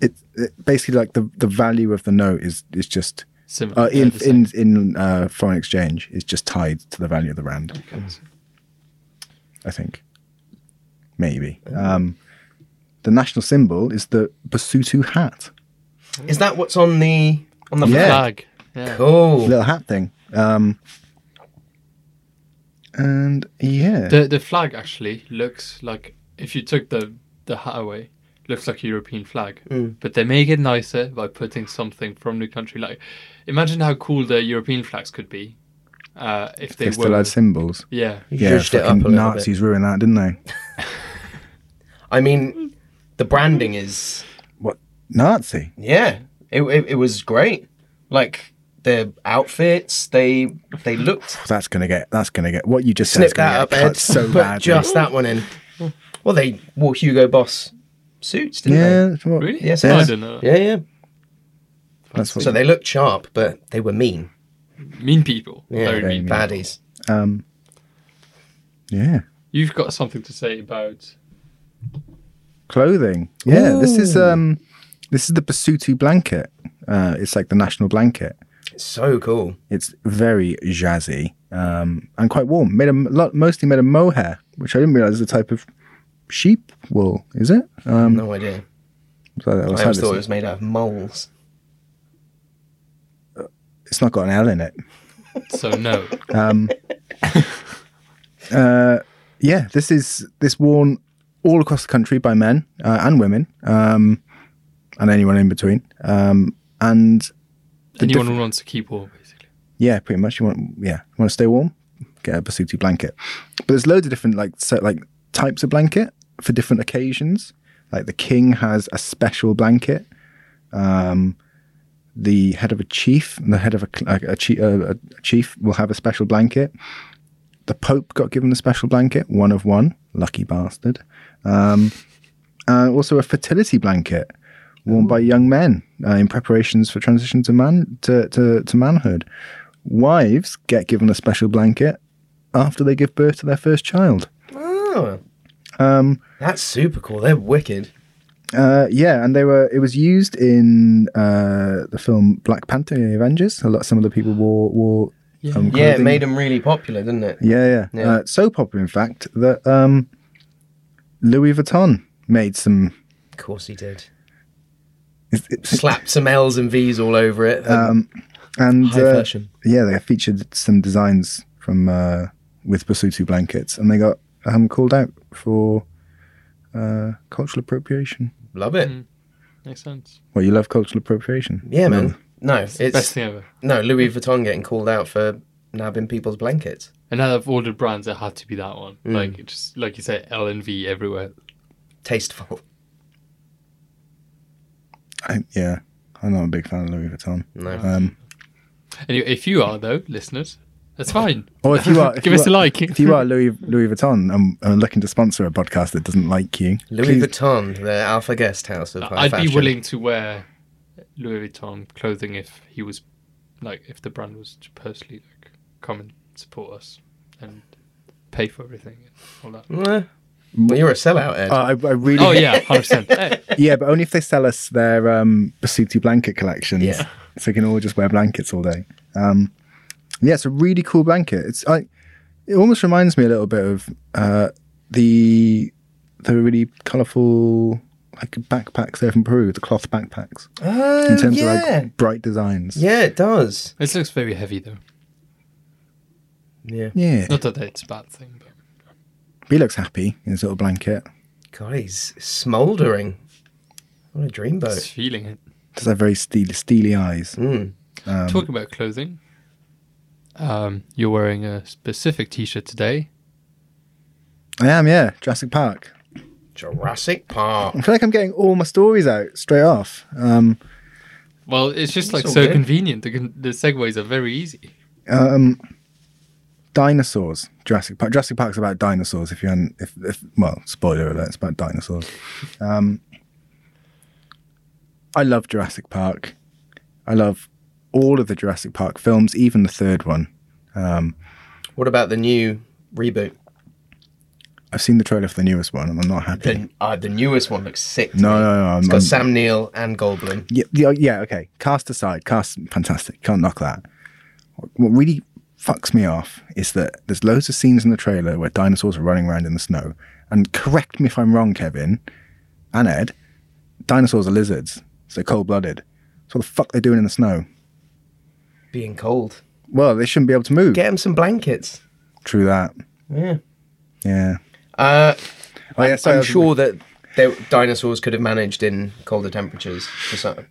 S2: it, it, basically like the, the value of the note is is just
S1: Similar.
S2: uh,
S1: they're
S2: in
S1: the same.
S2: in in uh, foreign exchange is just tied to the value of the rand. I think maybe um, the national symbol is the Basutu hat,
S3: Is that what's on the on the
S2: Yeah.
S3: flag?
S1: Flag. Yeah.
S3: Cool.
S2: little hat thing. Um, and yeah,
S1: The the flag actually looks like if you took the the hat away, looks like a European flag. But they make it nicer by putting something from the country. Like, imagine how cool the European flags could be uh, if they
S2: they still
S1: were.
S2: had symbols.
S1: yeah,
S2: Yeah,
S3: zhuzhed it up
S2: fucking
S3: a little
S2: Nazis ruined that, didn't they?
S3: I mean, the branding is
S2: What Nazi?
S3: yeah. It, it, it was great. Like their outfits, they they looked
S2: That's gonna get. That's gonna get. What you just said is
S3: snip
S2: gonna
S3: that up,
S2: get
S3: Ed.
S2: cut so
S3: put
S2: badly.
S3: just that one in. Well, they wore Hugo Boss suits, didn't
S2: yeah, it's what-
S1: really?
S3: Yes,
S1: Oh, I
S3: yes.
S1: don't know.
S3: they? Yeah, yeah.
S2: that's what.
S3: So they looked sharp, but they were mean.
S1: Mean people,
S3: Yeah,
S1: very mean. people.
S3: baddies.
S2: um, yeah,
S1: You've got something to say about
S2: clothing. Yeah, this is um, this is the Basutu blanket. Uh, it's like the national blanket.
S3: It's so cool.
S2: It's very jazzy um, and quite warm. Made a lot, mostly made of mohair, which I didn't realize is a type of sheep wool. Is it? Um,
S3: No idea.
S2: so I was
S3: I
S2: like,
S3: always thought it was made out of moles.
S2: It's not got an L in it.
S1: so no.
S2: Yeah, this is this worn all across the country by men uh, and women um, and anyone in between. Um, and
S1: Anyone who wants to keep warm, basically.
S2: Yeah, pretty much. You want yeah, you want to stay warm, get a basuti blanket. But there's loads of different like so, like types of blanket for different occasions. Like the king has a special blanket. Um, the head of a chief and the head of a, cl- a, chief, a, a chief will have a special blanket. The pope got given a special blanket, one of one, lucky bastard. Um, and also a fertility blanket worn by young men uh, in preparations for transition to man to, to, to manhood. Wives get given a special blanket after they give birth to their first child.
S3: Oh. Um, That's super cool. They're wicked.
S2: Uh, yeah, and they were. It was used in uh, the film Black Panther and the Avengers. A lot. Some of the people wore wore. um,
S3: Yeah, it
S2: clothing.
S3: made them really popular, didn't it?
S2: Yeah, yeah.
S3: Yeah.
S2: Uh, so popular, in fact, that um, Louis Vuitton made some.
S3: Of course he did.
S2: It's, it's,
S3: Slapped some L's and V's all over it.
S2: um, and
S3: High
S2: uh,
S3: version.
S2: yeah, they featured some designs from uh, with Basutu blankets, and they got um, called out for uh, cultural appropriation.
S3: Love it.
S1: Makes sense.
S2: Well, you love cultural appropriation.
S3: Yeah, man.
S2: Well,
S3: No, it's
S1: Best thing ever.
S3: no Louis Vuitton getting called out for nabbing people's blankets.
S1: And now I've ordered brands, it had to be that one.
S3: Mm.
S1: Like it just like you say, L and V everywhere.
S3: Tasteful.
S2: I, yeah, I'm not a big fan of Louis Vuitton.
S3: No.
S2: Um,
S1: Anyway, if you are though, listeners,
S3: [LAUGHS]
S1: that's fine.
S2: or
S1: [LAUGHS]
S2: if you are, if
S1: Give
S2: you
S1: us
S2: are-
S1: a like.
S2: If you are Louis Louis Vuitton and, and looking to sponsor a podcast that doesn't like you,
S3: Louis
S2: please-
S3: Vuitton, the alpha guest house of high
S1: I'd
S3: fashion.
S1: be willing to wear Louis Vuitton clothing if he was like if the brand was to personally like come and support us and pay for everything and all that.
S3: [LAUGHS] Eh. Well, you're a sellout, Ed.
S2: Uh, I, I really,
S1: Oh yeah, hundred
S3: [LAUGHS]
S1: percent. Hey,
S2: yeah, but only if they sell us their um, Basuti blanket collections.
S3: Yeah.
S2: So we can all just wear blankets all day. Um, yeah, it's a really cool blanket. It's I, it almost reminds me a little bit of uh, the the really colourful like backpacks there from Peru, the cloth backpacks.
S3: Oh,
S2: Uh, in terms
S3: yeah.
S2: of like bright designs.
S3: yeah, it does.
S1: this looks very heavy though.
S3: Yeah.
S2: Yeah.
S1: Not that it's a bad thing, but
S2: He looks happy in his little blanket.
S3: God, he's smouldering. What a
S1: it's
S3: dreamboat.
S1: feeling it.
S2: Does have very steely, steely eyes.
S3: Mm.
S1: Talking about clothing, um, you're wearing a specific T-shirt today.
S2: I am, yeah. Jurassic Park.
S3: Jurassic Park.
S2: I feel like I'm getting all my stories out straight off. Um,
S1: Well, it's just like
S3: all
S1: so
S3: good.
S1: convenient. The, con- the segues are very easy.
S2: um, dinosaurs. Jurassic Park. Jurassic Park's about dinosaurs. If you hadn't, if, if well, spoiler alert, it's about dinosaurs. Um, I love Jurassic Park. I love all of the Jurassic Park films, even the third one.
S3: What about the new reboot?
S2: I've seen the trailer for the newest one, and I'm not happy.
S3: The, uh, the newest one looks sick. to
S2: no,
S3: me.
S2: no, no. I'm,
S3: It's got
S2: I'm-
S3: Sam Neill and Goldblum.
S2: Yeah, yeah, yeah, okay. Cast aside, cast fantastic. Can't knock that. What- What really fucks me off is that there's loads of scenes in the trailer where dinosaurs are running around in the snow. And correct me if I'm wrong, Kevin and Ed, dinosaurs are lizards, so cold blooded. So what the fuck they doing in the snow?
S3: Being cold.
S2: Well, they shouldn't be able to move.
S3: Get him some blankets.
S2: True that.
S3: Yeah.
S2: Yeah.
S3: Uh,
S2: Oh, yeah, sorry, I
S3: I'm
S2: was-
S3: sure that there, dinosaurs could have managed in colder temperatures. For some,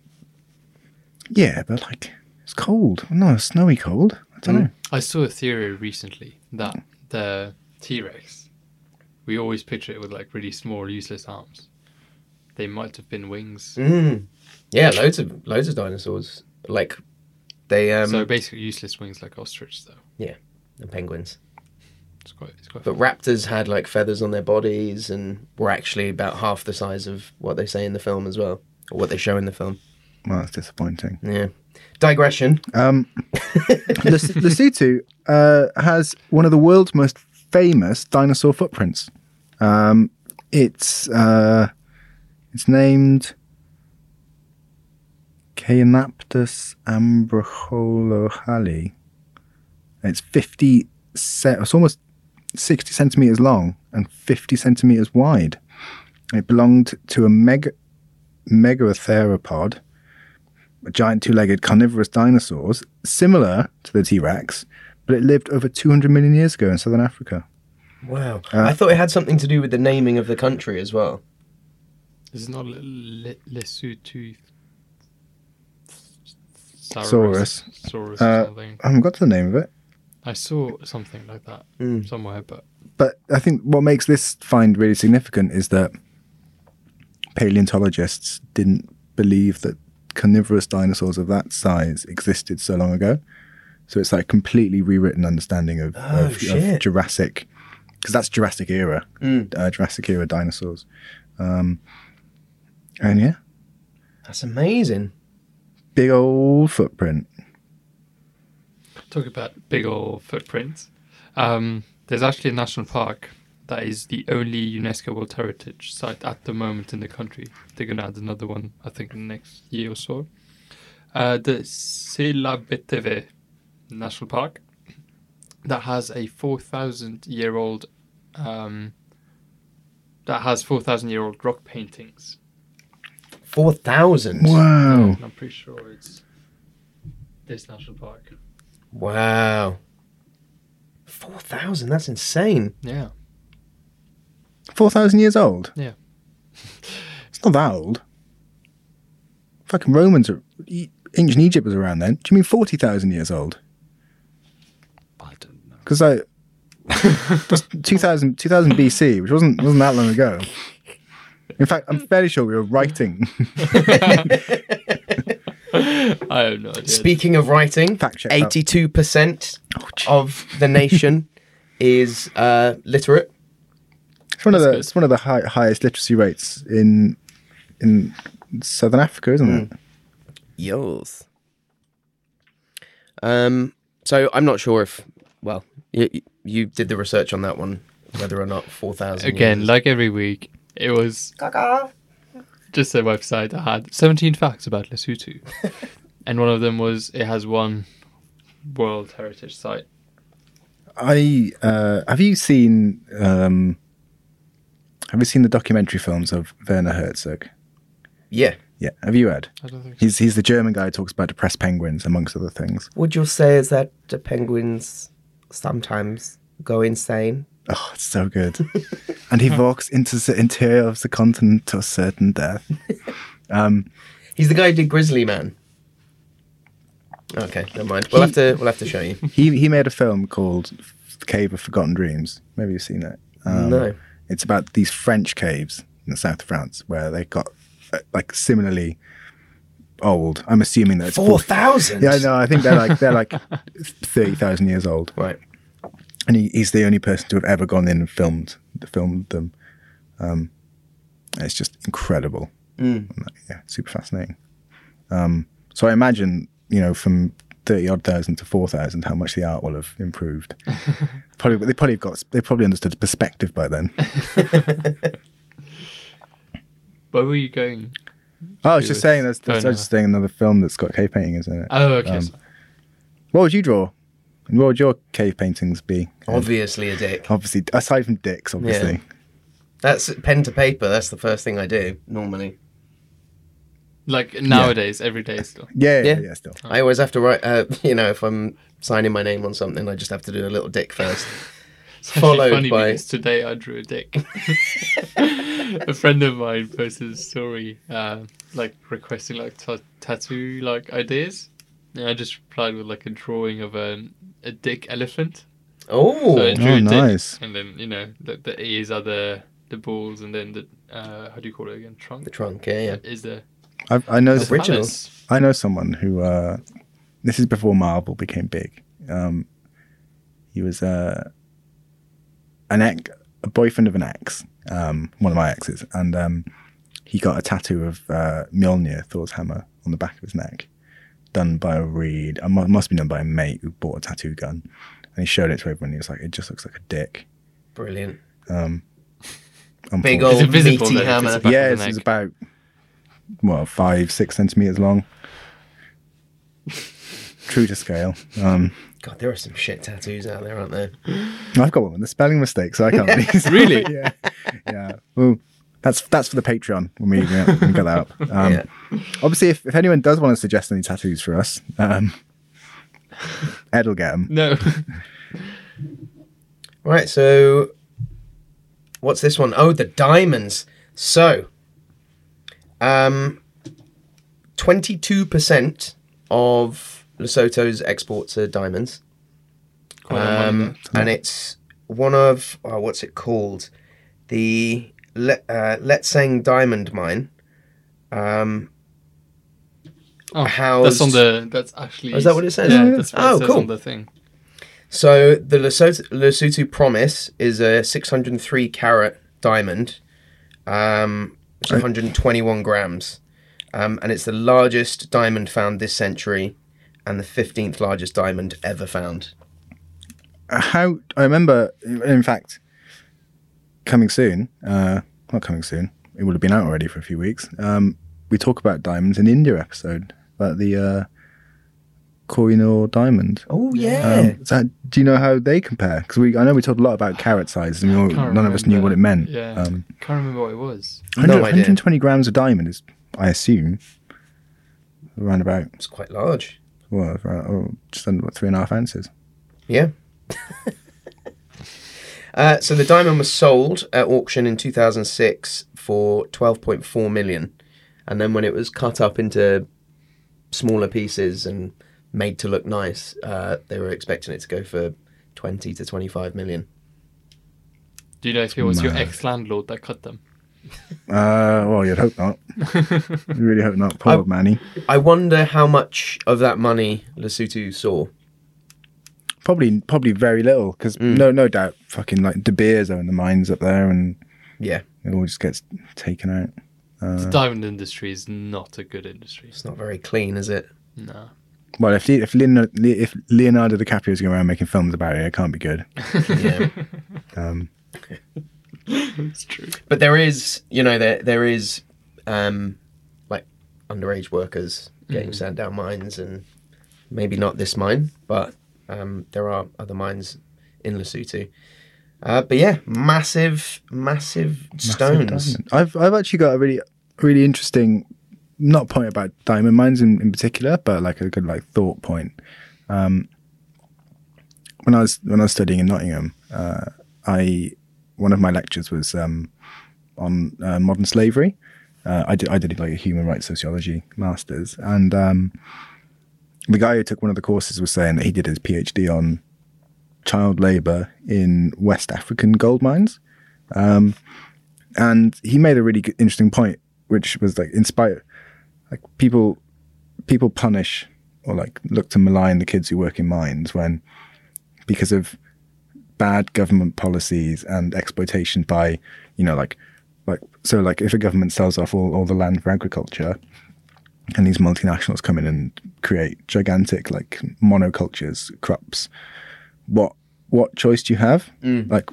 S2: Yeah, but like it's cold. No, it's snowy cold. I
S3: Mm.
S2: don't know.
S1: I saw a theory recently that the T Rex, we always picture it with like really small, useless arms. They might have been wings.
S2: Mm-hmm.
S3: yeah, loads of loads of dinosaurs. Like they um
S1: so basically, useless wings like ostrich, though.
S3: yeah, and penguins.
S1: It's quite, it's quite.
S3: But raptors had like feathers on their bodies and were actually about half the size of what they say in the film as well, or what they show in the film.
S2: Well, that's disappointing.
S3: Yeah. Digression.
S2: Lis- Lesotho uh, has one of the world's most famous dinosaur footprints. Um, it's uh, it's named Caenaptus ambraciolohali. It's fifty. Ce- it's almost sixty centimeters long and fifty centimeters wide. It belonged to a mega megatheropod giant two legged carnivorous dinosaurs, similar to the T Rex, but it lived over 200 million years ago in southern Africa.
S3: Wow.
S2: Uh,
S3: I thought it had something to do with the naming of the country as well.
S1: This is not Le- Le- Lesotho.
S2: Saurus.
S1: Saurus or
S2: Uh,
S1: something.
S2: I haven't got to the name of it,
S1: I saw something like that
S2: mm.
S1: somewhere, but
S2: but I think what makes this find really significant is that paleontologists didn't believe that carnivorous dinosaurs of that size existed so long ago. So it's like completely rewritten understanding of, of, of
S3: shit.
S2: Jurassic, because that's Jurassic era, uh, Jurassic era dinosaurs. Um, and yeah,
S3: That's amazing.
S2: big old footprint.
S1: Talk about big old footprints. Um, there's actually a national park that is the only UNESCO World Heritage site at the moment in the country. They're going to add another one, I think, in the next year or so. Uh, the Selabeteve National Park that has a 4,000 year old um, that has 4,000 year old rock paintings.
S3: 4,000.
S2: Wow.
S1: And I'm pretty sure it's this national park.
S3: Wow. 4,000. That's insane.
S1: Yeah.
S2: 4,000 years old? [LAUGHS]
S1: Yeah.
S2: It's not that old. Fucking Romans are. e- ancient Egypt was around then. Do you mean forty thousand years old?
S1: I don't know.
S2: Because I [LAUGHS] just 2000, 2000 BC, which wasn't wasn't that long ago. In fact, I'm fairly sure we were writing. [LAUGHS]
S1: I have no idea.
S3: Speaking of writing,
S2: Fact check that. Oh,
S3: eighty-two percent of the
S2: [LAUGHS]
S3: nation is uh, literate.
S2: It's one of the
S1: good.
S2: it's one of the high, highest literacy rates in in southern Africa, isn't
S1: Mm.
S2: it?
S3: Yours. Um, so I'm not sure if, well, you, you did the research on that one, whether or not 4,000.
S1: Again,
S3: years-
S1: like every week, it was just a website that had 17 facts about Lesotho. and one of them was it has one World Heritage Site.
S2: I uh, have you seen um, have you seen the documentary films of Werner Herzog?
S3: yeah.
S2: Yeah, have you had?
S1: I don't think so.
S2: He's he's the German guy who talks about depressed penguins amongst other things.
S3: Would you say is that the penguins sometimes go insane?
S2: Oh, it's
S1: [LAUGHS]
S2: so good. and he walks into the interior of the continent to a certain death.
S3: He's the guy who did Grizzly Man. Okay, never mind. We'll have to we'll have to show you.
S2: He he made a film called Cave of Forgotten Dreams. Maybe you've seen it.
S3: [LAUGHS]
S2: Um,
S3: No.
S2: It's about these French caves in the south of France where they got uh, like similarly old. I'm assuming that it's
S3: Four
S2: 40
S3: thousand.
S2: Yeah, no, I think they're like they're like thirty thousand years old,
S3: Right.
S2: and he, he's the only person to have ever gone in and filmed filmed them. Um, it's just incredible. And, like, Yeah, super fascinating. Um, so I imagine you know from thirty odd thousand to four thousand, how much the art will have improved. probably they probably got they probably understood perspective by then.
S1: Where were you going?
S2: Oh, I was
S1: It
S2: just
S1: was-
S2: saying that's, that's
S1: oh, no.
S2: I was just saying another film that's got cave paintings in it.
S1: Oh, okay.
S2: Um,
S1: so-
S2: what would you draw? And what would your cave paintings be?
S3: Obviously a dick.
S2: obviously aside from dicks obviously
S3: That's pen to paper. That's the first thing I do normally.
S1: like nowadays, every day still.
S2: yeah yeah,
S3: Yeah.
S2: yeah, still
S3: I always have to write. Uh, [LAUGHS] you know, if I'm signing my name on something, I just have to do a little dick first.
S1: It's actually
S3: Followed
S1: funny
S3: by-
S1: because today I drew a dick. a friend of mine posted a story, uh, like requesting like ta- tattoo like ideas, and I just replied with like a drawing of um, a dick elephant.
S3: Oh,
S1: So I drew
S2: Oh,
S1: a dick,
S2: nice.
S1: And then you know the, the ears are the the balls, and then the uh, how do you call it again? Trunk
S3: the trunk. Yeah, yeah.
S1: is the
S2: I, I know
S3: Original.
S1: phallus.
S2: I know someone who uh, this is before Marvel became big um, he was uh, an ex a boyfriend of an ex um, one of my exes and um, he got a tattoo of uh, Mjolnir Thor's hammer on the back of his neck done by a reed it mu- must be done by a mate who bought a tattoo gun and he showed it to everyone and he was like it just looks like a dick
S3: Brilliant. Big
S2: unfortunately.
S3: old
S1: invisible,
S3: meaty
S1: though, if it's
S3: hammer.
S1: a back
S2: yeah,
S1: of the
S2: it's,
S1: neck.
S2: it's about well five, six
S1: [LAUGHS]
S2: centimeters long. True to scale. Um,
S3: God, there are some shit tattoos out there, aren't there?
S2: I've got one with a spelling mistake, so I can't.
S1: [LAUGHS]
S2: really?
S1: Really?
S2: yeah, yeah. Well, that's that's for the Patreon when we, yeah, when we
S1: [LAUGHS]
S2: get that up. Um,
S3: Yeah.
S2: Obviously, if, if anyone does want to suggest any tattoos for us,
S1: [LAUGHS]
S2: um, Ed will get them.
S1: No,
S2: [LAUGHS]
S3: Right. So, what's this one? Oh, the diamonds. So, um, twenty-two percent of Lesotho's exports are diamonds.
S1: Quite a lot of money,
S3: um, and it's one of oh, what's it called? The Le- uh, Letseng Diamond Mine. Um,
S1: though. oh,
S3: housed-
S1: That's on the. That's actually.
S3: Oh, is that what it says?
S1: Yeah, that's what
S3: Oh,
S1: it says
S3: cool.
S1: on the thing.
S3: so the Lesotho, Lesotho Promise is a 603 carat diamond, um, which is 121 grams, um, and it's the largest diamond found this century, and the 15th largest diamond ever found.
S2: How I remember, in fact, coming soon. Uh, not coming soon. It would have been out already for a few weeks. Um, we talk about diamonds in India episode about the uh, Kohinoor diamond.
S3: Oh yeah.
S2: Um, so do you know how they compare? Because we, I know we talked a lot about carat size, and we all, none
S1: Can't
S2: of us knew
S1: remember.
S2: what it meant.
S1: Yeah,
S2: Um,
S1: can't remember what it was.
S2: 100
S3: idea.
S2: 120 grams of diamond is, I assume, around about
S3: it's quite large.
S2: well, around, oh, just under what, three and a half ounces.
S3: Yeah. [LAUGHS] uh, so the diamond was sold at auction in 2006 for 12.4 million, and then when it was cut up into smaller pieces and made to look nice, uh, they were expecting it to go for 20 to 25 million.
S1: Do you know if it was your
S2: Mad.
S1: ex landlord that cut them?
S2: Uh, well, you'd
S1: [LAUGHS]
S2: hope not. you really hope not. Poor
S3: I-
S2: old Manny.
S3: I wonder how much of that money Lesotho saw.
S2: Probably, probably very little because no, no doubt, fucking like De Beers own the mines up there, and
S3: Yeah,
S2: it all just gets taken out.
S1: the diamond industry is not a good industry.
S3: it's not very clean, is it?
S1: No.
S2: Well, if Le- if Leonardo, if Leonardo DiCaprio is going around making films about it, it can't be good.
S3: Yeah.
S1: It's true.
S3: but there is, you know, there there is, um, like underage workers getting sent down mines, and maybe not this mine, but um, there are other mines in Lesotho. Uh, but yeah, massive, massive stones.
S2: Diamond. I've I've actually got a really really interesting not point about diamond mines in, in particular, but like a good like thought point. Um, when I was when I was studying in Nottingham, uh, I one of my lectures was um, on uh, modern slavery. Uh, I did I did like a human rights sociology masters, and um, the guy who took one of the courses was saying that he did his PhD on child labor in West African gold mines and he made a really good, interesting point, which was like inspire, like people, people punish or like look to malign the kids who work in mines when, because of bad government policies and exploitation by, you know, like, like so like if a government sells off all, all the land for agriculture, and these multinationals come in and create gigantic like monocultures crops, what what choice do you have? Like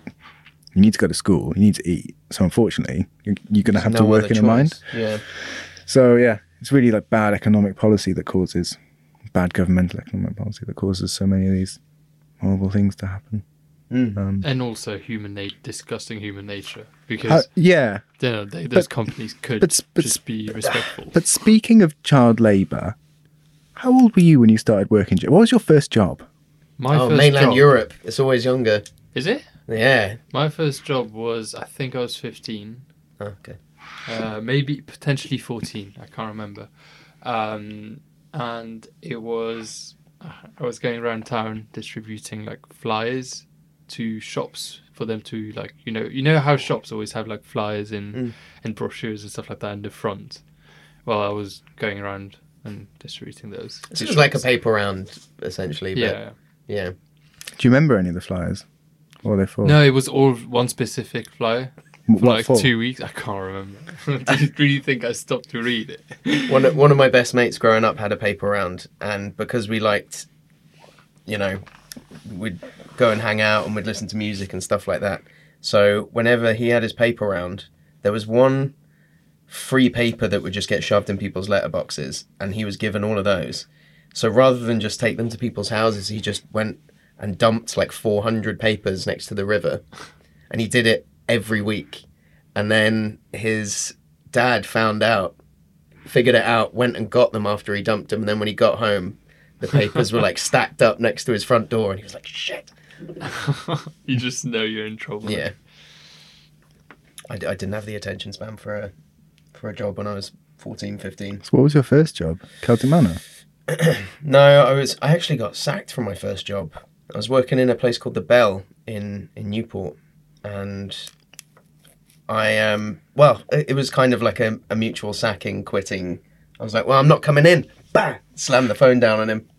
S2: you need to go to school. You need to eat. So unfortunately, you're, you're going to have to
S3: No
S2: work
S3: other
S2: in a mine.
S3: choice. Yeah.
S2: So yeah, it's really like bad economic policy that causes bad governmental economic policy that causes so many of these horrible things to happen. Um,
S1: And also human nature, disgusting human nature,
S2: Uh,
S1: because
S2: yeah,
S1: you know, they, those companies could
S2: but- but-
S1: just be respectful.
S2: but speaking of child labour, how old were you when you started working? What was your first job?
S1: My
S3: Oh,
S1: first
S3: mainland
S1: job,
S3: Europe. It's always younger.
S1: is it?
S3: Yeah.
S1: My first job was I think I was fifteen.
S3: Oh, Okay.
S1: uh, maybe potentially 14 i can't remember um, and it was uh, i was going around town distributing like flyers to shops for them to like you know you know how shops always have like flyers and and brochures and stuff like that in the front well i was going around and distributing those
S3: It's just like a paper round, essentially. But yeah.
S1: yeah
S3: Yeah.
S2: Do you remember any of the flyers? What were they for?
S1: no it was all one specific flyer
S2: What
S1: for like
S2: for?
S1: two weeks i can't remember [LAUGHS] do you really think i stopped to read it [LAUGHS]
S3: one of, one of my best mates growing up had a paper round, and because we liked, you know, we'd go and hang out and we'd listen to music and stuff like that. So whenever he had his paper round, there was one free paper that would just get shoved in people's letterboxes, and he was given all of those. So rather than just take them to people's houses, he just went and dumped like 400 papers next to the river, and he did it every week. And then his dad found out figured it out, went and got them after he dumped them. And then when he got home, the papers were like stacked up next to his front door, and he was like, "Shit."
S1: you just know you're in trouble
S3: Yeah. I, d- I didn't have the attention span for a for a job when I was 14, 15.
S2: So what was your first job? Celtic Manor.
S3: No, I was. I actually got sacked from my first job. I was working in a place called the Bell in in Newport, and I um well, it, it was kind of like a, a mutual sacking, quitting. I was like, well, I'm not coming in. Bang! Slammed the phone down on him.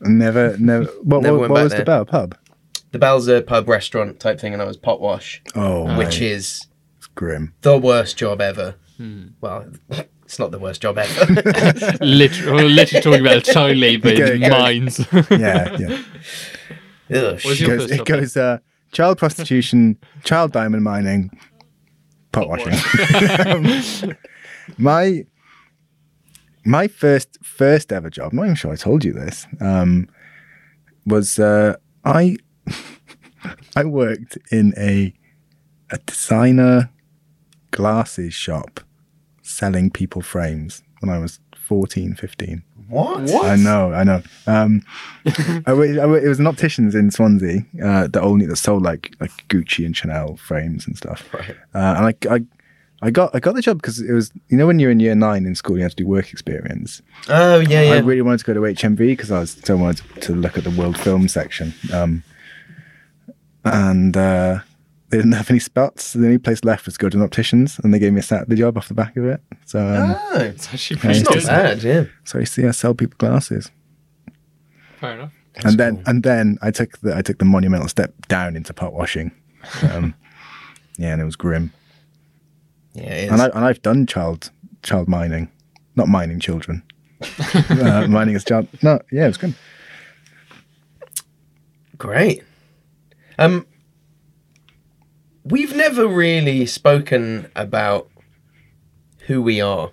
S2: Never, never. What,
S3: Never
S2: what,
S3: went
S2: what
S3: back
S2: was
S3: there.
S2: the bell pub?
S3: The Bell's a pub restaurant type thing, and I was pot wash,
S2: Oh,
S3: which
S2: mate,
S3: is
S2: it's grim.
S3: the worst job ever. Well, [LAUGHS] it's not the worst job ever. [LAUGHS]
S1: Literally, we're literally talking about child labour
S2: Okay,
S1: in
S2: go.
S1: mines.
S2: Yeah, yeah.
S3: Ugh,
S1: Was
S3: shit.
S1: your
S2: It goes,
S1: first
S2: it
S1: job?
S2: goes uh, child prostitution, child diamond mining, pot washing. [LAUGHS] my my first first ever job. I'm not even sure I told you this. Um, was uh, I [LAUGHS] I worked in a a designer glasses shop selling people frames when I was 14, 15.
S3: what?
S2: I know, I know.
S3: [LAUGHS]
S2: Um, I, wa- I wa- it was an opticians in Swansea uh, that only that sold like like Gucci and Chanel frames and stuff. Uh, and I, I I got I got the job because it was you know when you're in year nine in school you have to do work experience.
S3: Oh yeah,
S2: I
S3: yeah.
S2: really wanted to go to HMV because I was so wanted to look at the world film section. Um, and uh, they didn't have any spots. So the only place left was to go to an optician's, and they gave me a Saturday job off the back of it. So um,
S3: oh,
S1: [LAUGHS] It's actually
S2: it's
S1: pretty
S3: it's not
S1: good.
S3: bad. Yeah.
S2: so I used to yeah, sell people glasses.
S1: Fair enough.
S2: and then and then I took the I took the monumental step down into pot washing. Um, [LAUGHS] yeah, and it was grim.
S3: Yeah. It is.
S2: And I and I've done child child mining, not mining
S1: [LAUGHS]
S2: children. uh, mining as child. No, yeah, it was grim.
S3: Great. Um, we've never really spoken about who we are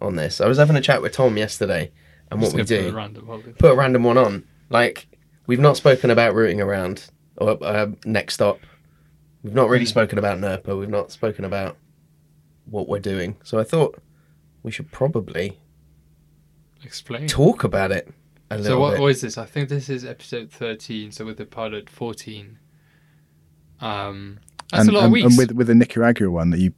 S3: on this. I was having a chat with Tom yesterday and what
S1: Just
S3: we
S1: gonna put a
S3: do.
S1: Random, one in.
S3: Put a random one on. Like we've not spoken about rooting around or uh, next stop. We've not
S1: Hmm.
S3: really spoken about NERPA. We've not spoken about what we're doing. So I thought we should probably
S1: Explain.
S3: talk about it a little
S1: So what
S3: bit.
S1: was this? I think this is episode thirteen. So with the pilot fourteen. Um, that's
S2: and,
S1: a lot
S2: and,
S1: of weeks.
S2: and with with the Nicaragua one that you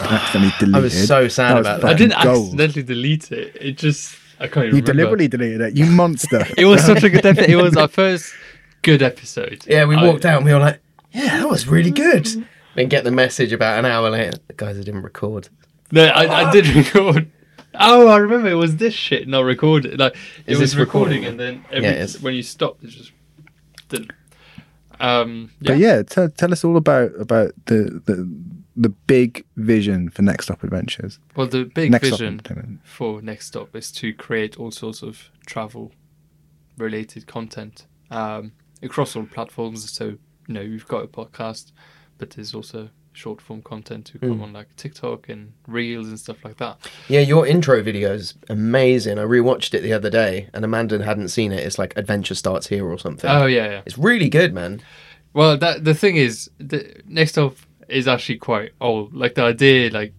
S2: accidentally
S1: [SIGHS]
S2: deleted.
S3: so sad
S2: was
S3: about that.
S1: I
S2: fucking
S1: didn't
S2: gold.
S1: accidentally delete it. It just I can't even
S2: You
S1: remember.
S2: deliberately deleted it. You monster.
S1: [LAUGHS] It
S3: [LAUGHS]
S1: was such a good episode. It was our first good episode.
S3: Yeah, we
S1: I-
S3: walked out and we were like, yeah, that was really good. Then get the message about an hour later. The guys, I didn't record.
S1: No, I, I did [LAUGHS] record. Ah. Oh, I remember it was this shit not recorded. Like it
S3: Is
S1: was
S3: this recording?
S1: recording, and then every,
S3: Yeah, it is.
S1: when you stopped, it just didn't. Um, yeah.
S2: But yeah, tell tell us all about about the the the big vision for Next Stop Adventures.
S1: Well, the big
S2: Next Stop
S1: vision
S2: Entertainment.
S1: for Next Stop is to create all sorts of travel-related content um, across all platforms. So you know, you've got a podcast, but there's also short-form content to come on like TikTok and Reels and stuff like that.
S3: Yeah, your intro video is amazing. I rewatched it the other day and Amanda hadn't seen it. It's like Adventure Starts Here or something.
S1: Oh yeah, yeah.
S3: It's really good, man.
S1: Well, that the thing is, the next off is actually quite old. Like the idea, like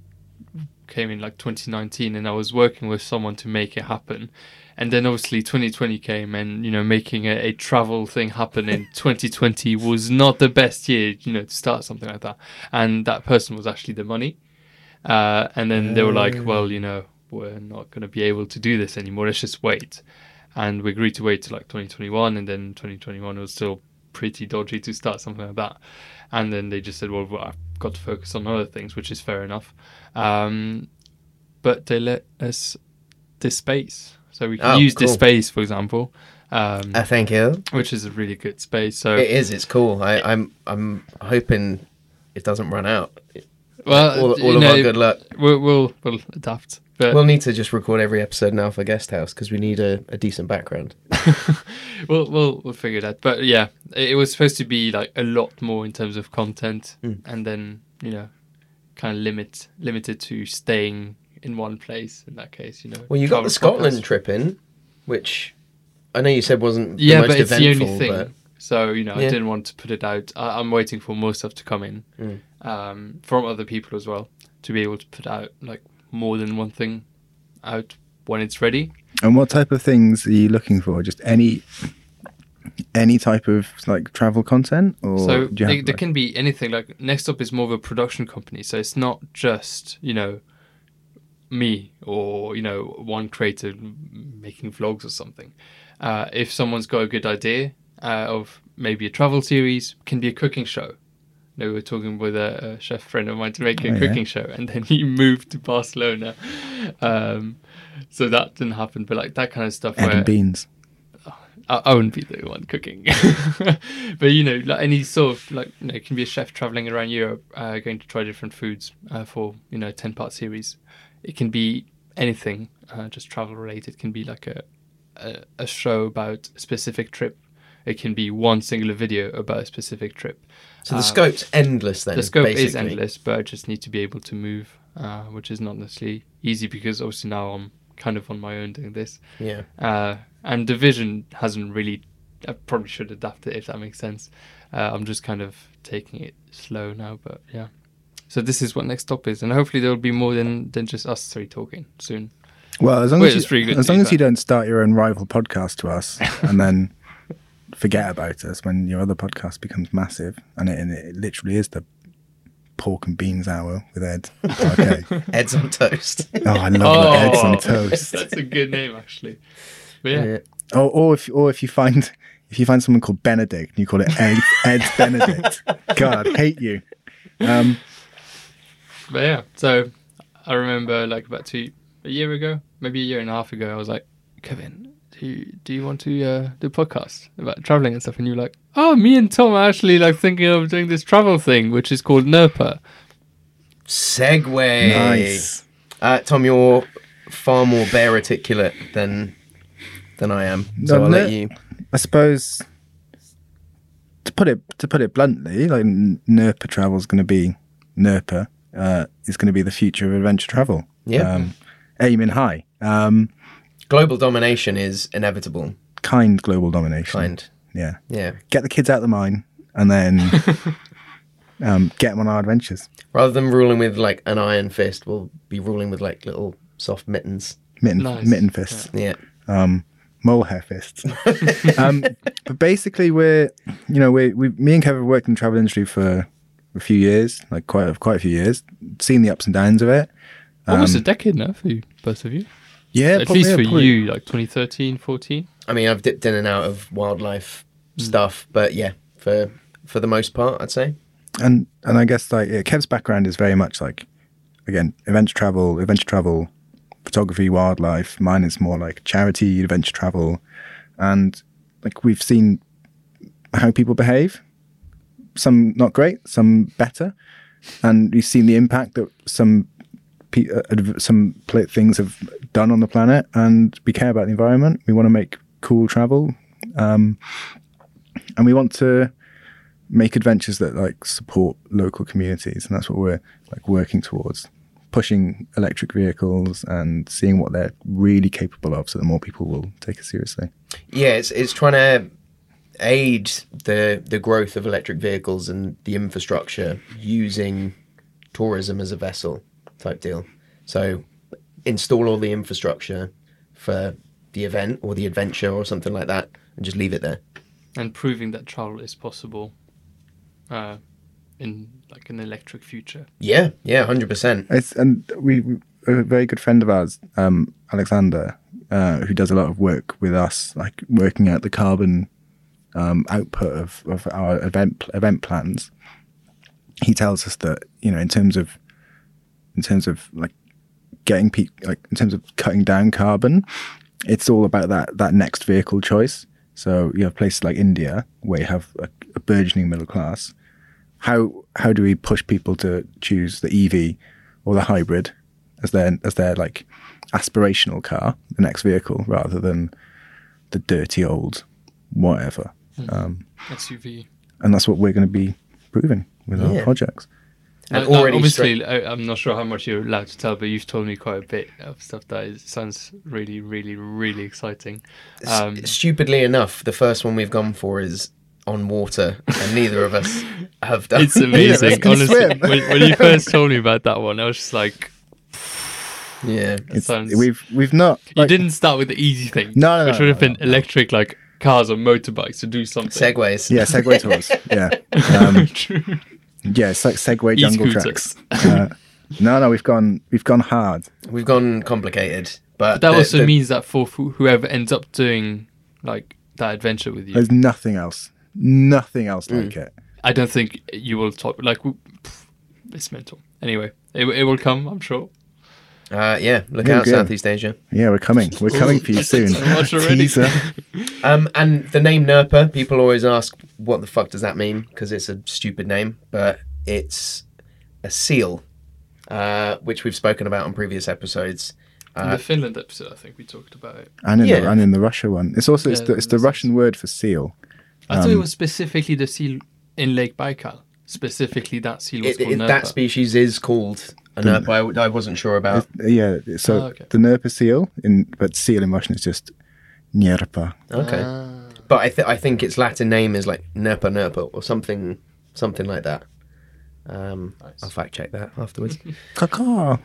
S1: came in like 2019, and I was working with someone to make it happen. And then obviously 2020 came, and you know, making a, a travel thing happen in 2020 was not the best year, you know, to start something like that. And that person was actually the money. Uh, and then they were like, well, you know, we're not going to be able to do this anymore. Let's just wait. And we agreed to wait till like 2021. And then 2021 was still pretty dodgy to start something like that. And then they just said, well, well, I've got to focus on other things, which is fair enough. Um, but they let us this space. So we can
S3: Oh,
S1: use this
S3: cool.
S1: space, for example, um,
S3: Uh, thank you.
S1: which is a really good space. So,
S3: It is. It's cool. I, I'm I'm hoping it doesn't run out.
S1: well,
S3: All,
S1: you
S3: all of
S1: know,
S3: our good luck.
S1: We'll, we'll, we'll adapt. But
S3: We'll need to just record every episode now for Guest House because we need a, a decent background.
S1: we'll, we'll we'll figure that. But yeah, it, it was supposed to be like a lot more in terms of content,
S3: Hmm.
S1: and then you know, kind of limit limited to staying in one place. In that case, you know.
S3: Well, you got the
S1: travel
S3: Scotland
S1: podcasts.
S3: trip in, which I know you said wasn't the
S1: yeah,
S3: most
S1: but it's the
S3: eventful,
S1: only thing.
S3: but
S1: So you know,
S3: Yeah.
S1: I didn't want to put it out. I, I'm waiting for more stuff to come in
S3: Hmm.
S1: um, from other people as well to be able to put out like more than one thing out when it's ready.
S2: And what type of things are you looking for? Just any any type of like travel content, or
S1: so
S2: do you
S1: they,
S2: have,
S1: they
S2: like-
S1: can be anything like next up is more of a production company so it's not just you know me or you know one creator m- making vlogs or something uh, if someone's got a good idea uh, of maybe a travel series can be a cooking show you know, we were talking with a, a chef friend of mine to make a
S2: Oh, yeah.
S1: cooking show and then [LAUGHS] he moved to barcelona um, so that didn't happen but like that kind of stuff
S2: Ed
S1: where
S2: and beans?
S1: I, I wouldn't be the one cooking, [LAUGHS] but you know, like any sort of like you know, it can be a chef traveling around Europe, uh, going to try different foods uh, for you know ten part series. It can be anything, uh, just travel related. It can be like a, a a show about a specific trip. It can be one singular video about a specific trip.
S3: so the scope's endless. Then
S1: uh, The scope is
S3: basically. [LAUGHS]
S1: endless, but I just need to be able to move, uh, which is not necessarily easy because obviously now I'm kind of on my own doing this.
S3: Yeah,
S1: Uh, and Division hasn't really. I probably should adapt it if that makes sense. Uh, I'm just kind of taking it slow now, but yeah. So this is what next stop is, and hopefully there will be more than than just us three talking soon.
S2: Well, as long
S1: Well,
S2: as
S1: it's pretty
S2: you,
S1: good
S2: as
S1: to
S2: long
S1: do
S2: as you
S1: that.
S2: don't start your own rival podcast
S1: [LAUGHS]
S2: to us and then forget about us when your other podcast becomes massive and it, and it literally is the pork and beans hour with Ed. Okay.
S1: [LAUGHS]
S2: oh,
S3: Ed's on toast.
S2: I love
S1: Oh.
S2: that Ed's on toast.
S1: That's a good name, actually. But yeah,
S2: Oh, or if or if you find if you find someone called Benedict and you call it Ed Ed
S1: [LAUGHS]
S2: Benedict, God, I'd hate you. Um,
S1: but yeah. So I remember like about two a year ago, maybe a year and a half ago, I was like, Kevin, do you, do you want to uh, do a podcast about traveling and stuff? And you were like, Oh, me and Tom are actually like thinking of doing this travel thing, which is called NERPA.
S3: Segway.
S2: nice.
S3: Uh, Tom, you're far more bare articulate than than I am. So
S2: No,
S3: I'll let
S2: no.
S3: you.
S2: I suppose to put it to put it bluntly, like n- E NERPA travel is going to be E NERPA uh, is going to be the future of adventure travel.
S3: Yeah.
S2: um, aiming high, um,
S3: Global domination is inevitable.
S2: kind global domination.
S3: Kind.
S2: yeah.
S3: Yeah.
S2: Get the kids out of the mine and
S3: [LAUGHS]
S2: then um, get them on our adventures.
S3: Rather than ruling with like an iron fist, we'll be ruling with like little soft mittens.
S2: Mitten,
S1: Nice.
S2: mitten fists.
S3: Yeah.
S2: mole hair fists. [LAUGHS] um, but basically, we're you know we we me and Kevin have worked in the travel industry for a few years, like quite a, quite a few years, seen the ups and downs of it.
S1: Almost a decade now for you, both of you.
S2: Yeah,
S1: At least for you, like 2013, 14.
S3: I mean, I've dipped in and out of wildlife stuff, but yeah, for for the most part, I'd say.
S2: and and I guess like yeah, Kev's background is very much like again adventure travel, adventure travel, photography, wildlife. Mine is more like charity adventure travel, and like we've seen how people behave. Some not great, some better, and we've seen the impact that some pe- uh, adv- some pl- things have done on the planet. And we care about the environment. We want to make cool travel, um, and we want to make adventures that like support local communities and that's what we're like working towards pushing electric vehicles and seeing what they're really capable of so that more people will take it seriously
S3: Yeah, it's it's trying to aid the the growth of electric vehicles and the infrastructure using tourism as a vessel type deal. So install all the infrastructure for the event or the adventure or something like that, and just leave it there.
S1: and proving that travel is possible uh, in like an electric future.
S3: Yeah, yeah, hundred percent.
S2: it's and we a very good friend of ours um alexander uh who does a lot of work with us like working out the carbon um output of of our event event plans he tells us that you know in terms of in terms of like getting peak like in terms of cutting down carbon it's all about that that next vehicle choice so you have places like india where you have a, a burgeoning middle class how how do we push people to choose the ev or the hybrid as their as their like aspirational car the next vehicle rather than the dirty old whatever
S1: SUV.
S2: and that's what we're going to be proving with
S3: Yeah.
S2: our projects
S3: And
S1: Uh, now,
S3: already
S1: obviously, I, I'm not sure how much you're allowed to tell, but you've told me quite a bit of stuff that is, sounds really, really, really exciting. Um,
S3: Stupidly enough, the first one we've gone for is on water, and neither of
S1: [LAUGHS]
S3: us have done.
S1: [LAUGHS]
S2: [LAUGHS]
S1: it's amazing,
S2: can
S1: honestly.
S2: swim.
S1: When,
S2: [LAUGHS]
S1: when you first told me about that one, I was just like,
S3: [LAUGHS] yeah,
S2: It's-
S1: sounds-
S2: we've we've not
S1: you
S2: like,
S1: didn't start with the easy thing,
S2: No, no, no,
S1: which would have
S2: no,
S1: been electric, like cars or motorbikes to do something.
S3: segways.
S2: yeah segway tours
S1: [LAUGHS]
S2: yeah um,
S1: True.
S2: yeah it's like segway jungle tracks
S1: E-scooters.
S2: uh, no no we've gone we've gone hard
S3: We've gone complicated, but,
S1: That
S3: the-
S1: also
S3: the-
S1: means that for who- whoever ends up doing like that adventure with you,
S2: there's nothing else nothing else like it
S1: I don't think you will top like w- pff, it's mental. Anyway, it, it will come, I'm sure.
S3: Uh, yeah, look
S2: Very
S3: out,
S2: good.
S3: Southeast Asia.
S2: yeah we're coming we're coming for
S1: [LAUGHS]
S2: you soon
S1: So much already.
S2: Teaser.
S3: Um, and the name NERPA, people always ask, what the fuck does that mean? Because it's a stupid name, but it's a seal, uh, which we've spoken about on previous episodes.
S1: In
S3: Uh,
S1: the Finland episode, I think we talked about it.
S2: and in the
S3: Yeah.
S2: and in the Russia one it's also it's
S1: Yeah,
S2: the, it's the
S1: that's-
S2: Russian word for seal
S1: I
S3: Um,
S1: thought it was specifically the seal in Lake Baikal. Specifically, that seal was
S3: It,
S1: called
S3: it,
S1: Nerpa.
S3: that species is called
S2: Hmm.
S3: a NERPA. I w- I, wasn't sure about.
S2: uh, yeah so
S1: Oh, okay.
S2: the Nerpa seal in but seal in Russian is just Nerpa
S3: Okay, but I, th- I think its Latin name is like NERPA NERPA or something, something like that. Um, I'll fact check that afterwards.
S2: Caca.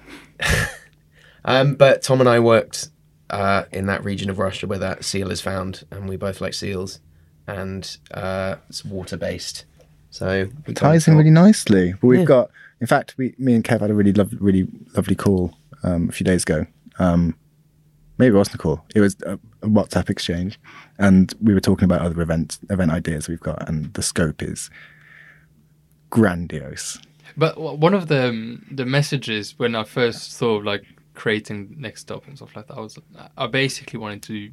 S3: Um, but Tom and I worked uh, in that region of Russia where that seal is found, and we both like seals, and uh, it's water based. So we
S2: It ties in
S3: can't-
S2: really nicely. But we've
S3: Yeah.
S2: got, in fact, we, me and Kev had a really lovely, really lovely call um, a few days ago. Um, maybe it wasn't a call; it was a, a WhatsApp exchange, and we were talking about other event event ideas we've got, and the scope is grandiose.
S1: But w- one of the um, the messages when I first thought of like creating next stop and stuff like that, I was I basically wanted to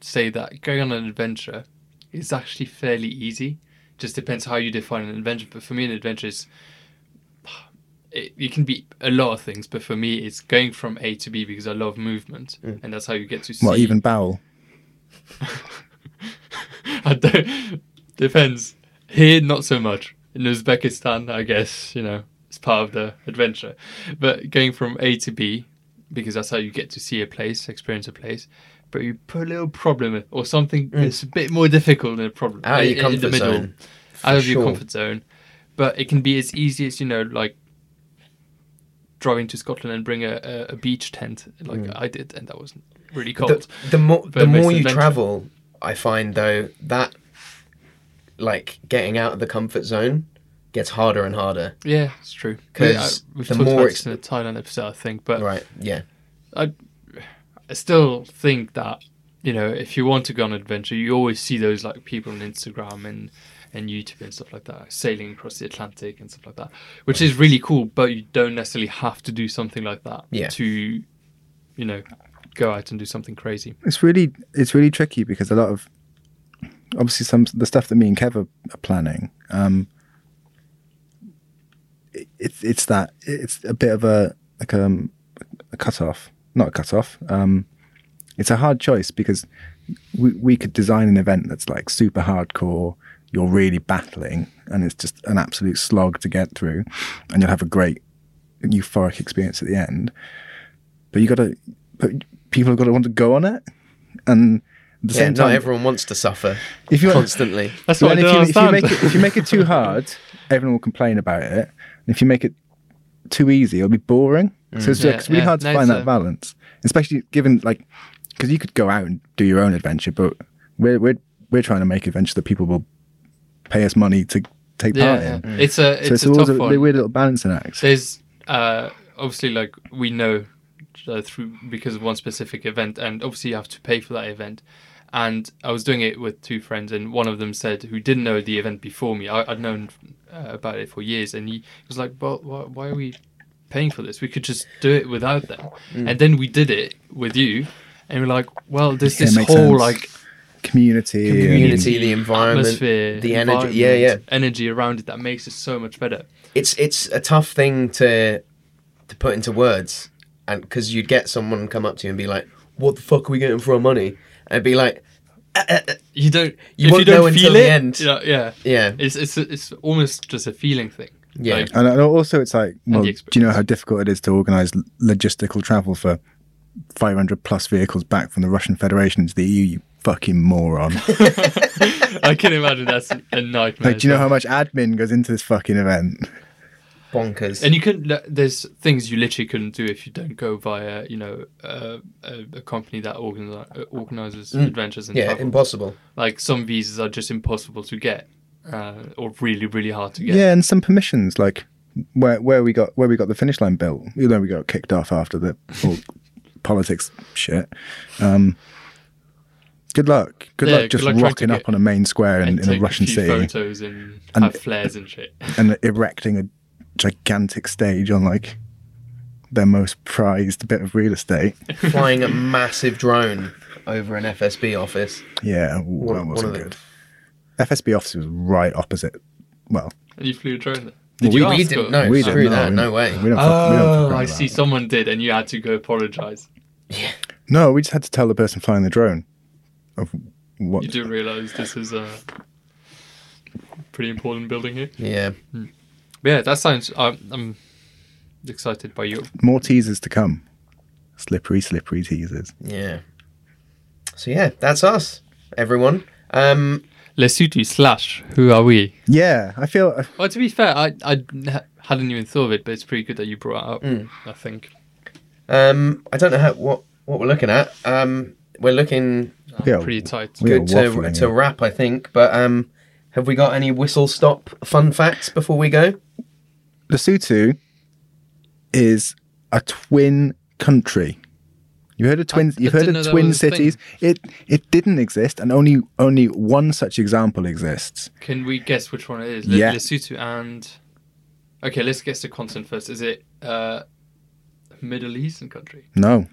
S1: say that going on an adventure is actually fairly easy. Just depends how you define an adventure. But for me, an adventure is it, it can be a lot of things. But for me, it's going from A to B because I love movement,
S3: Mm.
S1: and that's how you get to see.
S2: Well, even Bowel.
S1: [LAUGHS] I don't. Depends. Here, not so much. In Uzbekistan, I guess you know it's part of the adventure. But going from A to B, because that's how you get to see a place, experience a place. But you put a little problem in- or something that's a bit more difficult than a problem
S3: Mm. Out of your
S1: in- in the
S3: comfort
S1: middle,
S3: zone,
S1: out of your
S3: sure.
S1: comfort zone. But it can be as easy as you know, like driving to Scotland and bring a, a, a beach tent, like I did, and that was really cold.
S3: Mm. the, the more
S1: But
S3: the
S1: it makes
S3: more
S1: it
S3: you
S1: adventure.
S3: travel, I find though that like getting out of the comfort zone gets harder and harder.
S1: Yeah, it's true.
S3: 'Cause
S1: We- I- we've
S3: the
S1: talked about
S3: more
S1: this in the Thailand episode, I think, but
S3: Right? Yeah.
S1: I still think that you know, if you want to go on an adventure, you always see those like people on Instagram and and YouTube and stuff like that, sailing across the Atlantic and stuff like that, which is really cool. But you don't necessarily have to do something like that
S3: Yeah.
S1: to, you know, go out and do something crazy.
S2: It's really it's really tricky because a lot of obviously some the stuff that me and Kev are, are planning. Um, it, it's it's that it's a bit of a like um, a cut off, not a cut off. Um, it's a hard choice because we we could design an event that's like super hardcore. You're really battling, and it's just an absolute slog to get through, and you'll have a great euphoric experience at the end. But you got to, but people have got to want to go on it, and at the
S3: Yeah.
S2: same
S3: Not
S2: time,
S3: everyone wants to suffer [LAUGHS]
S2: if you
S3: constantly.
S1: That's
S2: Well,
S1: what I
S2: and
S1: don't
S2: if, you, if you
S1: understand.
S2: make it if you
S1: [LAUGHS]
S2: make it too hard, everyone will complain about it. And if you make it too easy, it'll be boring. So it's,
S1: Yeah,
S2: it's really
S1: Mm. yeah.
S2: hard to
S1: No,
S2: find
S1: it's
S2: that
S1: a-
S2: balance, especially given like because you could go out and do your own adventure, but we're we're we're trying to make adventure that people will pay us money to take
S1: yeah,
S2: part in.
S1: yeah. it's a it's,
S2: So it's,
S1: a
S2: always
S1: tough
S2: a
S1: one.
S2: weird little balancing act.
S1: There's uh, obviously like we know uh, through because of one specific event, and obviously you have to pay for that event. And I was doing it with two friends, and one of them said who didn't know the event before me. I, I'd known uh, about it for years, and he was like, "Well, why, why are we paying for this? We could just do it without them."
S2: Mm.
S1: And then we did it with you, and we're like, "Well, there's
S2: Yeah,
S1: this
S2: makes
S1: whole
S2: sense.
S1: like
S2: Community, and-
S3: Community, the environment,
S1: atmosphere,
S3: the energy. Yeah, yeah.
S1: environment, energy around it that makes it so much better."
S3: it's it's a tough thing to to put into words, and because you'd get someone come up to you and be like, "What the fuck are we getting for our money?" And be like,
S1: you don't
S3: You
S1: if
S3: won't
S1: you don't
S3: know until
S1: feel it,
S3: the end.
S1: you know, yeah
S3: "Yeah,
S1: it's it's it's almost just a feeling thing
S3: Yeah.
S1: Like,
S2: And, and also, it's like, well, do you know
S1: experience.
S2: how difficult it is to organise l- logistical travel for 500 plus vehicles back from the Russian Federation into the EU, you fucking
S1: [LAUGHS]
S2: moron?
S1: i can imagine that's a nightmare
S2: like, do you know how much admin goes into this fucking event?
S3: bonkers."
S1: and you couldn't li- there's things you literally couldn't do if you don't go via you know uh, a, a company that organi- uh, organizes adventures and
S3: Mm. yeah,
S1: travel.
S3: impossible.
S1: like some visas are just impossible to get uh, or really really hard to
S2: Yeah.
S1: get
S2: and some permissions, like where where we got where we got the finish line built. You know, we got kicked off after the
S1: [LAUGHS]
S2: all politics shit. Um, good luck. Good
S1: Yeah,
S2: luck
S1: good
S2: just
S1: luck trying to
S2: rocking up
S1: get-
S2: on a main square in,
S1: and
S2: in a
S1: take
S2: Russian
S1: a few
S2: city.
S1: photos and,
S2: And-
S1: have flares and shit [LAUGHS]
S2: and erecting a gigantic stage on like their most prized bit of real estate.
S1: [LAUGHS]
S3: Flying a massive drone over an FSB office.
S2: Yeah, ooh,
S3: One-
S2: that
S3: one
S2: wasn't
S3: of the-
S2: good. FSB office was right opposite. Well,
S1: and you flew a drone there
S2: Well,
S1: did you
S3: We
S1: ask
S3: didn't
S1: or-
S3: know.
S2: we
S3: Screw
S2: didn't.
S3: that.
S2: know.
S3: No way.
S2: We don't. fuck, we don't fuck
S1: oh
S2: around
S1: i
S2: with
S1: see
S2: that.
S1: someone did and you had to go apologize
S2: No, we just had to tell the person flying the drone of what.
S1: You do realise this is a pretty important building here.
S3: Yeah.
S1: Yeah, that sounds. I'm, I'm excited by you.
S2: More teasers to come. Slippery, slippery teasers.
S3: Yeah. So yeah, that's us, everyone. Um,
S1: Lesutu slash Who Are We?
S2: Yeah, I feel.
S1: Well, to be fair, I I n- hadn't even thought of it, but it's pretty good that you brought it up. I think
S3: um, I don't know how, what what we're looking at. Um, we're looking
S2: Yeah,
S1: pretty tight.
S2: we are
S3: good to
S2: waffling
S3: to
S2: here.
S3: wrap, I think. But um, Have we got any whistle stop fun facts before we go?
S2: Lesotho is a twin country. You heard of twin?
S1: I
S2: you've heard
S1: didn't know
S2: of
S1: that
S2: twin
S1: was a thing.
S2: cities. It it didn't exist, and only only one such example exists.
S1: Can we guess which one it is?
S2: Yeah.
S1: Lesotho and. Okay, let's guess the continent first. Is it uh, Middle Eastern country?
S2: No,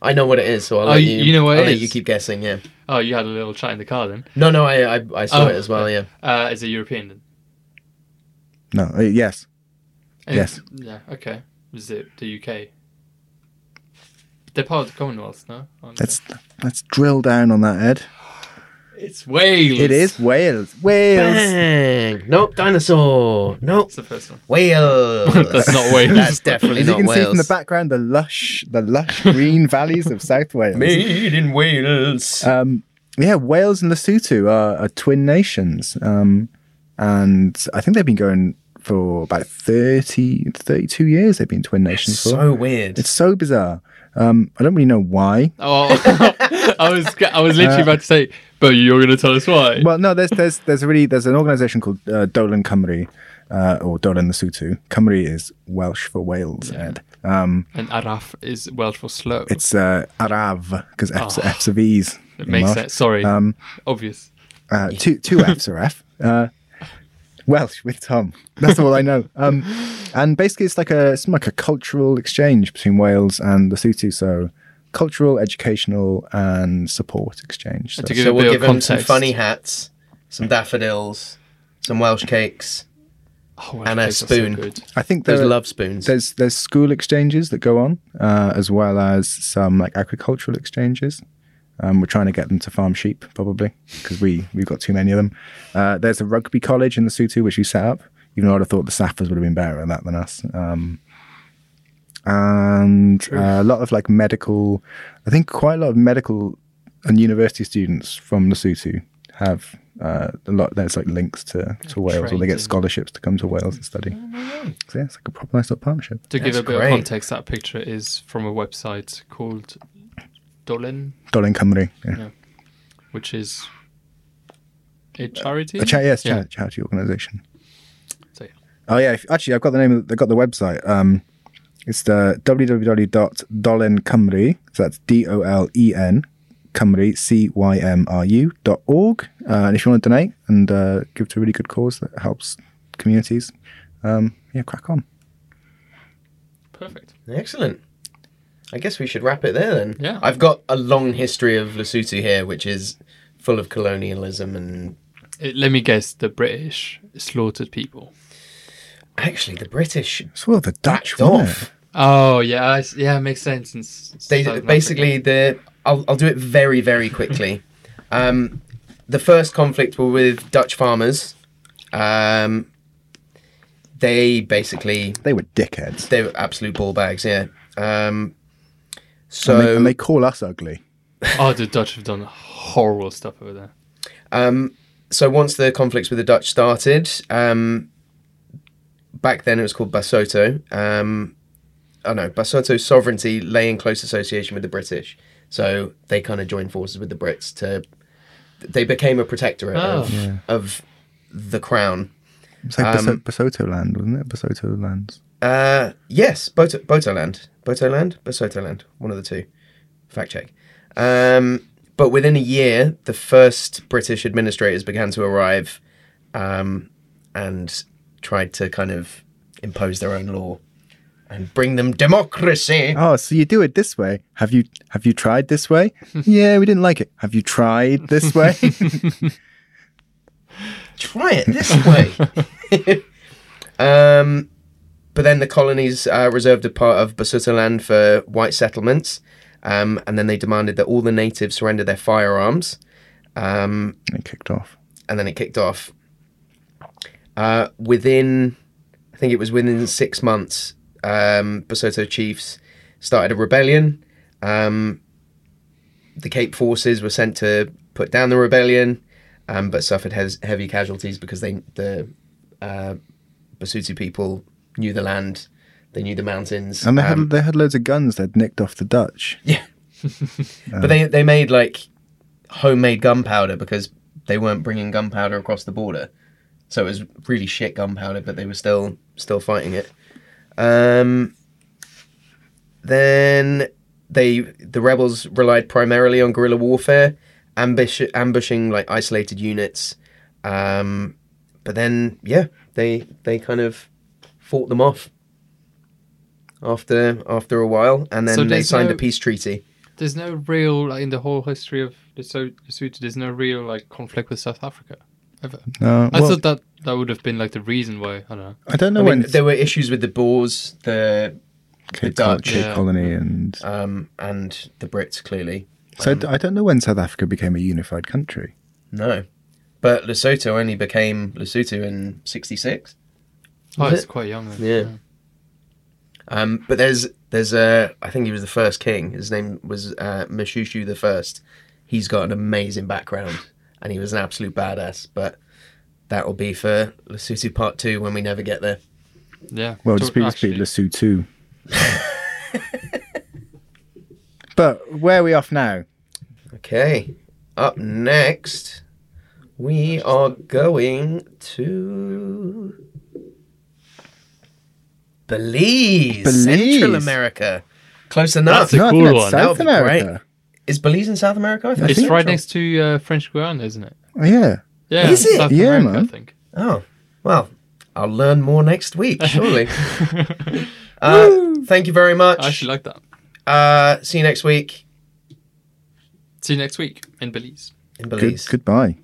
S3: I know what it is, so I'll
S1: Oh,
S3: let
S1: you-
S3: you.
S1: you know what
S3: I'll
S1: it
S3: let
S1: is?
S3: you keep guessing. Yeah.
S1: Oh, you had a little chat in the car then.
S3: No, no, I I, I saw
S1: Oh,
S3: it as well.
S1: [LAUGHS]
S3: Yeah.
S1: Uh, is it European then?
S2: no, uh, yes,
S1: And-
S2: Yes.
S1: Yeah. Okay. Is it the UK? They're part of the Commonwealth, no? Aren't they?
S2: let's let's drill down on that, Ed.
S1: It's Wales.
S2: It is Wales. Wales.
S3: Bang! Nope, dinosaur.
S1: [LAUGHS]
S3: Nope,
S1: It's the first one.
S3: whale.
S1: That's
S3: [LAUGHS]
S1: not Wales.
S3: That's definitely
S2: As you
S3: not
S2: can see
S3: Wales.
S2: from the background, the lush the lush green valleys of South Wales.
S3: Made in Wales.
S2: Um, yeah, Wales and Lesotho are, are twin nations. Um, and I think they've been going for about 30, 32 years. They've been twin nations for.
S3: so weird.
S2: It's so bizarre. Um, I don't really know why.
S1: Oh, [LAUGHS]
S2: [LAUGHS]
S1: I was I was literally about to say, but you're going to tell us why.
S2: Uh, Well, no, there's there's there's a really there's an organisation called uh, Dolan Cymru, uh, or Dolan Lesotho. Cymru is Welsh for Wales, Ed. Um,
S1: and Araf is Welsh for slow.
S2: it's uh, Arav because F's, F's of E's.
S1: Oh. it
S2: in
S1: makes
S2: Welsh.
S1: sense. Sorry.
S2: Um,
S1: Obvious.
S2: Uh, two two F's are F. Uh, Welsh with Tom. That's all I know. Um, and basically, it's like a it's like a cultural exchange between Wales and Lesotho. So, cultural, educational, and support exchange. So,
S1: to give
S3: so
S1: a bit
S3: we'll
S1: of
S3: give them some
S1: context.
S3: funny hats, some daffodils, some Welsh cakes.
S1: Oh,
S3: And a
S1: Welsh cakes are so
S3: spoon.
S1: good.
S2: I think
S3: Those
S2: there are-
S3: love spoons.
S2: There's there's school exchanges that go on, uh, as well as some like agricultural exchanges. Um, we're trying to get them to farm sheep, probably, because we we've got too many of them. Uh, there's a rugby college in the Sutu which we set up. Even though I'd have thought the Saffers would have been better at that than us. Um, and uh, a lot of like medical, I think quite a lot of medical and university students from Lesotho have uh, a lot. There's like Oh, links to, to Wales, or they get
S1: training.
S2: scholarships to come to Wales and study. So yeah, it's like a proper nice little partnership.
S1: To give
S3: That's
S1: a bit
S3: great.
S1: of context, that picture is from a website called Dolin,
S2: Dolan Cymru. Yeah.
S1: which is a charity.
S2: A cha- yes, cha-
S1: Yeah.
S2: charity organisation.
S1: So, yeah.
S2: Oh yeah, if, actually, I've got the name. Of, I've got the website. Um, it's the www.dolencymru. So that's D O L E N Cymru C Y M R U dot org. Uh, and if you want to donate and uh, give to a really good cause that helps communities, um, yeah, crack on.
S1: Perfect.
S3: Excellent. I guess we should wrap it there then.
S1: Yeah.
S3: I've got a long history of Lesotho here, which is full of colonialism and
S1: Uh, let me guess. The British slaughtered people.
S3: actually the British
S2: It's all the Dutch
S3: backed
S2: one.
S3: off.
S1: Oh yeah, I s- yeah, it makes sense. in s- South
S3: They
S1: Africa.
S3: basically the I'll I'll do it very very quickly. um, the first conflict were with Dutch farmers. Um, they basically
S2: They were dickheads.
S3: they were absolute ball bags. Yeah. Um,
S2: and, they,
S3: so
S2: and they call us ugly.
S1: Oh, the Dutch have done horrible stuff over there.
S3: Um, so once the conflicts with the Dutch started, um, back then it was called Basotho. Um, oh no, Basotho's sovereignty lay in close association with the British, so they kind of joined forces with the Brits to. They became a protectorate of,
S1: Oh.
S3: of the crown.
S2: It's like Baso- Basoto land, wasn't it? Basoto lands.
S3: Uh, yes, Boto, Botoland, Botoland, Bosotoland, one of the two. Fact check. Um, but within a year, the first British administrators began to arrive, um, and tried to kind of impose their own law and bring them democracy.
S2: Oh, so you do it this way. Have you have you tried this [LAUGHS] way? yeah, we didn't like it. Have you tried this way? [LAUGHS]
S3: Try it this way. [LAUGHS] um, but then the colonies uh, reserved a part of Basutoland for white settlements, um, and then they demanded that all the natives surrender their firearms. Um,
S2: it kicked off.
S3: and then it kicked off. Uh, within, I think it was within six months, um, Basotho chiefs started a rebellion. Um, the Cape forces were sent to put down the rebellion, um, but suffered hes- heavy casualties because they the uh, Basutu people knew the land, they knew the mountains,
S2: And they
S3: um,
S2: had they had loads of guns they'd nicked off the Dutch.
S3: but they they made like homemade gunpowder because they weren't bringing gunpowder across the border, so it was really shit gunpowder, but they were still still fighting it. Um, then they the rebels relied primarily on guerrilla warfare, ambush, ambushing like isolated units. Um, but then yeah, they they kind of fought them off after after a while, and then
S1: So
S3: they
S1: there's
S3: signed a
S1: no-
S3: peace treaty.
S1: There's no real like in the whole history of Lesotho. There's no real like conflict with South Africa ever.
S2: No,
S1: I
S2: well,
S1: thought that that would have been like the reason why. I don't know.
S2: I don't know
S3: I mean,
S2: when
S3: there were issues with the Boers, the
S2: Cape,
S3: Dutch,
S2: Col- Cape
S1: yeah.
S2: Colony and
S3: um, and the Brits clearly.
S2: so I
S3: um,
S2: d- I don't know when South Africa became a unified country.
S3: No, but Lesotho only became Lesotho in '66.
S1: Oh,
S3: Was
S1: it's
S3: it?
S1: quite young. Then.
S3: Yeah. Um, but there's there's a I think he was the first king. His name was uh, Mishushu the first. He's got an amazing background, and he was an absolute badass. But that will be for Lesotho Part Two when we never get there.
S1: Yeah.
S2: Well,
S1: So
S2: just be, just be
S1: actually-
S2: Lesotho. [LAUGHS] but where are we off now?
S3: Okay. Up next, we are going to Belize, Central
S2: Belize.
S3: America. Close enough.
S1: That's a cool
S2: that's
S1: one.
S2: South
S3: That would be great.
S2: America.
S3: Is Belize in South America? I thought
S1: It's
S3: was
S1: right
S3: Central.
S1: next to uh, French Guiana, isn't it?
S2: Oh, yeah.
S1: Yeah.
S3: Is it?
S1: South
S2: Yeah,
S1: America,
S2: man.
S1: I think.
S3: Oh, well, I'll learn more next
S1: [LAUGHS]
S3: week, surely. uh, thank you very
S1: I
S3: much.
S1: actually like that.
S3: Uh, see you next week
S1: See you next week in Belize.
S3: in
S2: Good,
S3: Belize.
S2: goodbye.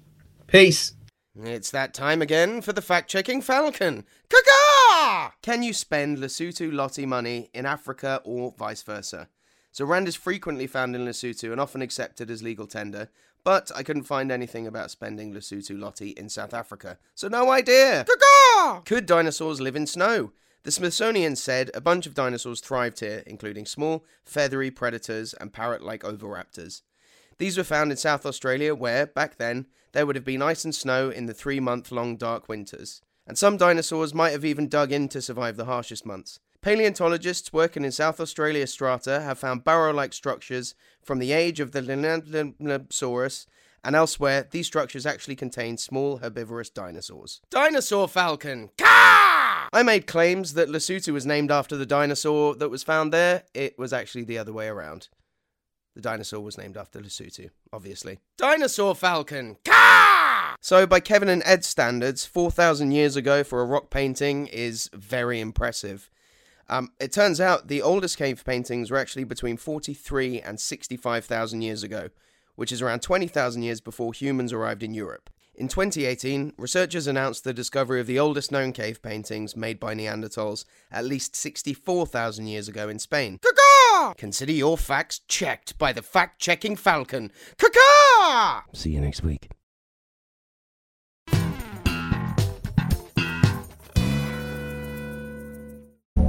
S3: Peace. It's that time again for the fact checking Falcon. Caca! Can you spend Lesotho Lottie money in Africa or vice versa? So, rand is frequently found in Lesotho and often accepted as legal tender, but I couldn't find anything about spending Lesotho Lottie in South Africa, so no idea. Caca! Could dinosaurs live in snow? The Smithsonian said a bunch of dinosaurs thrived here, including small, feathery predators and parrot like oviraptors. These were found in South Australia, where, back then, there would have been ice and snow in the three month long dark winters. And some dinosaurs might have even dug in to survive the harshest months. Paleontologists working in South Australia strata have found burrow like structures from the age of the Linanthropsaurus, and elsewhere, these structures actually contain small herbivorous dinosaurs. Dinosaur falcon! Caw! I made claims that Lesotho was named after the dinosaur that was found there. It was actually the other way around. The dinosaur was named after Lesotho, obviously. Dinosaur Falcon! Caw! So, by Kevin and Ed's standards, 4,000 years ago for a rock painting is very impressive. Um, it turns out the oldest cave paintings were actually between 43 and 65,000 years ago, which is around 20,000 years before humans arrived in Europe. In 2018, researchers announced the discovery of the oldest known cave paintings made by Neanderthals at least 64,000 years ago in Spain. Caca! Consider your facts checked by the fact checking falcon. Caca!
S4: See you next week.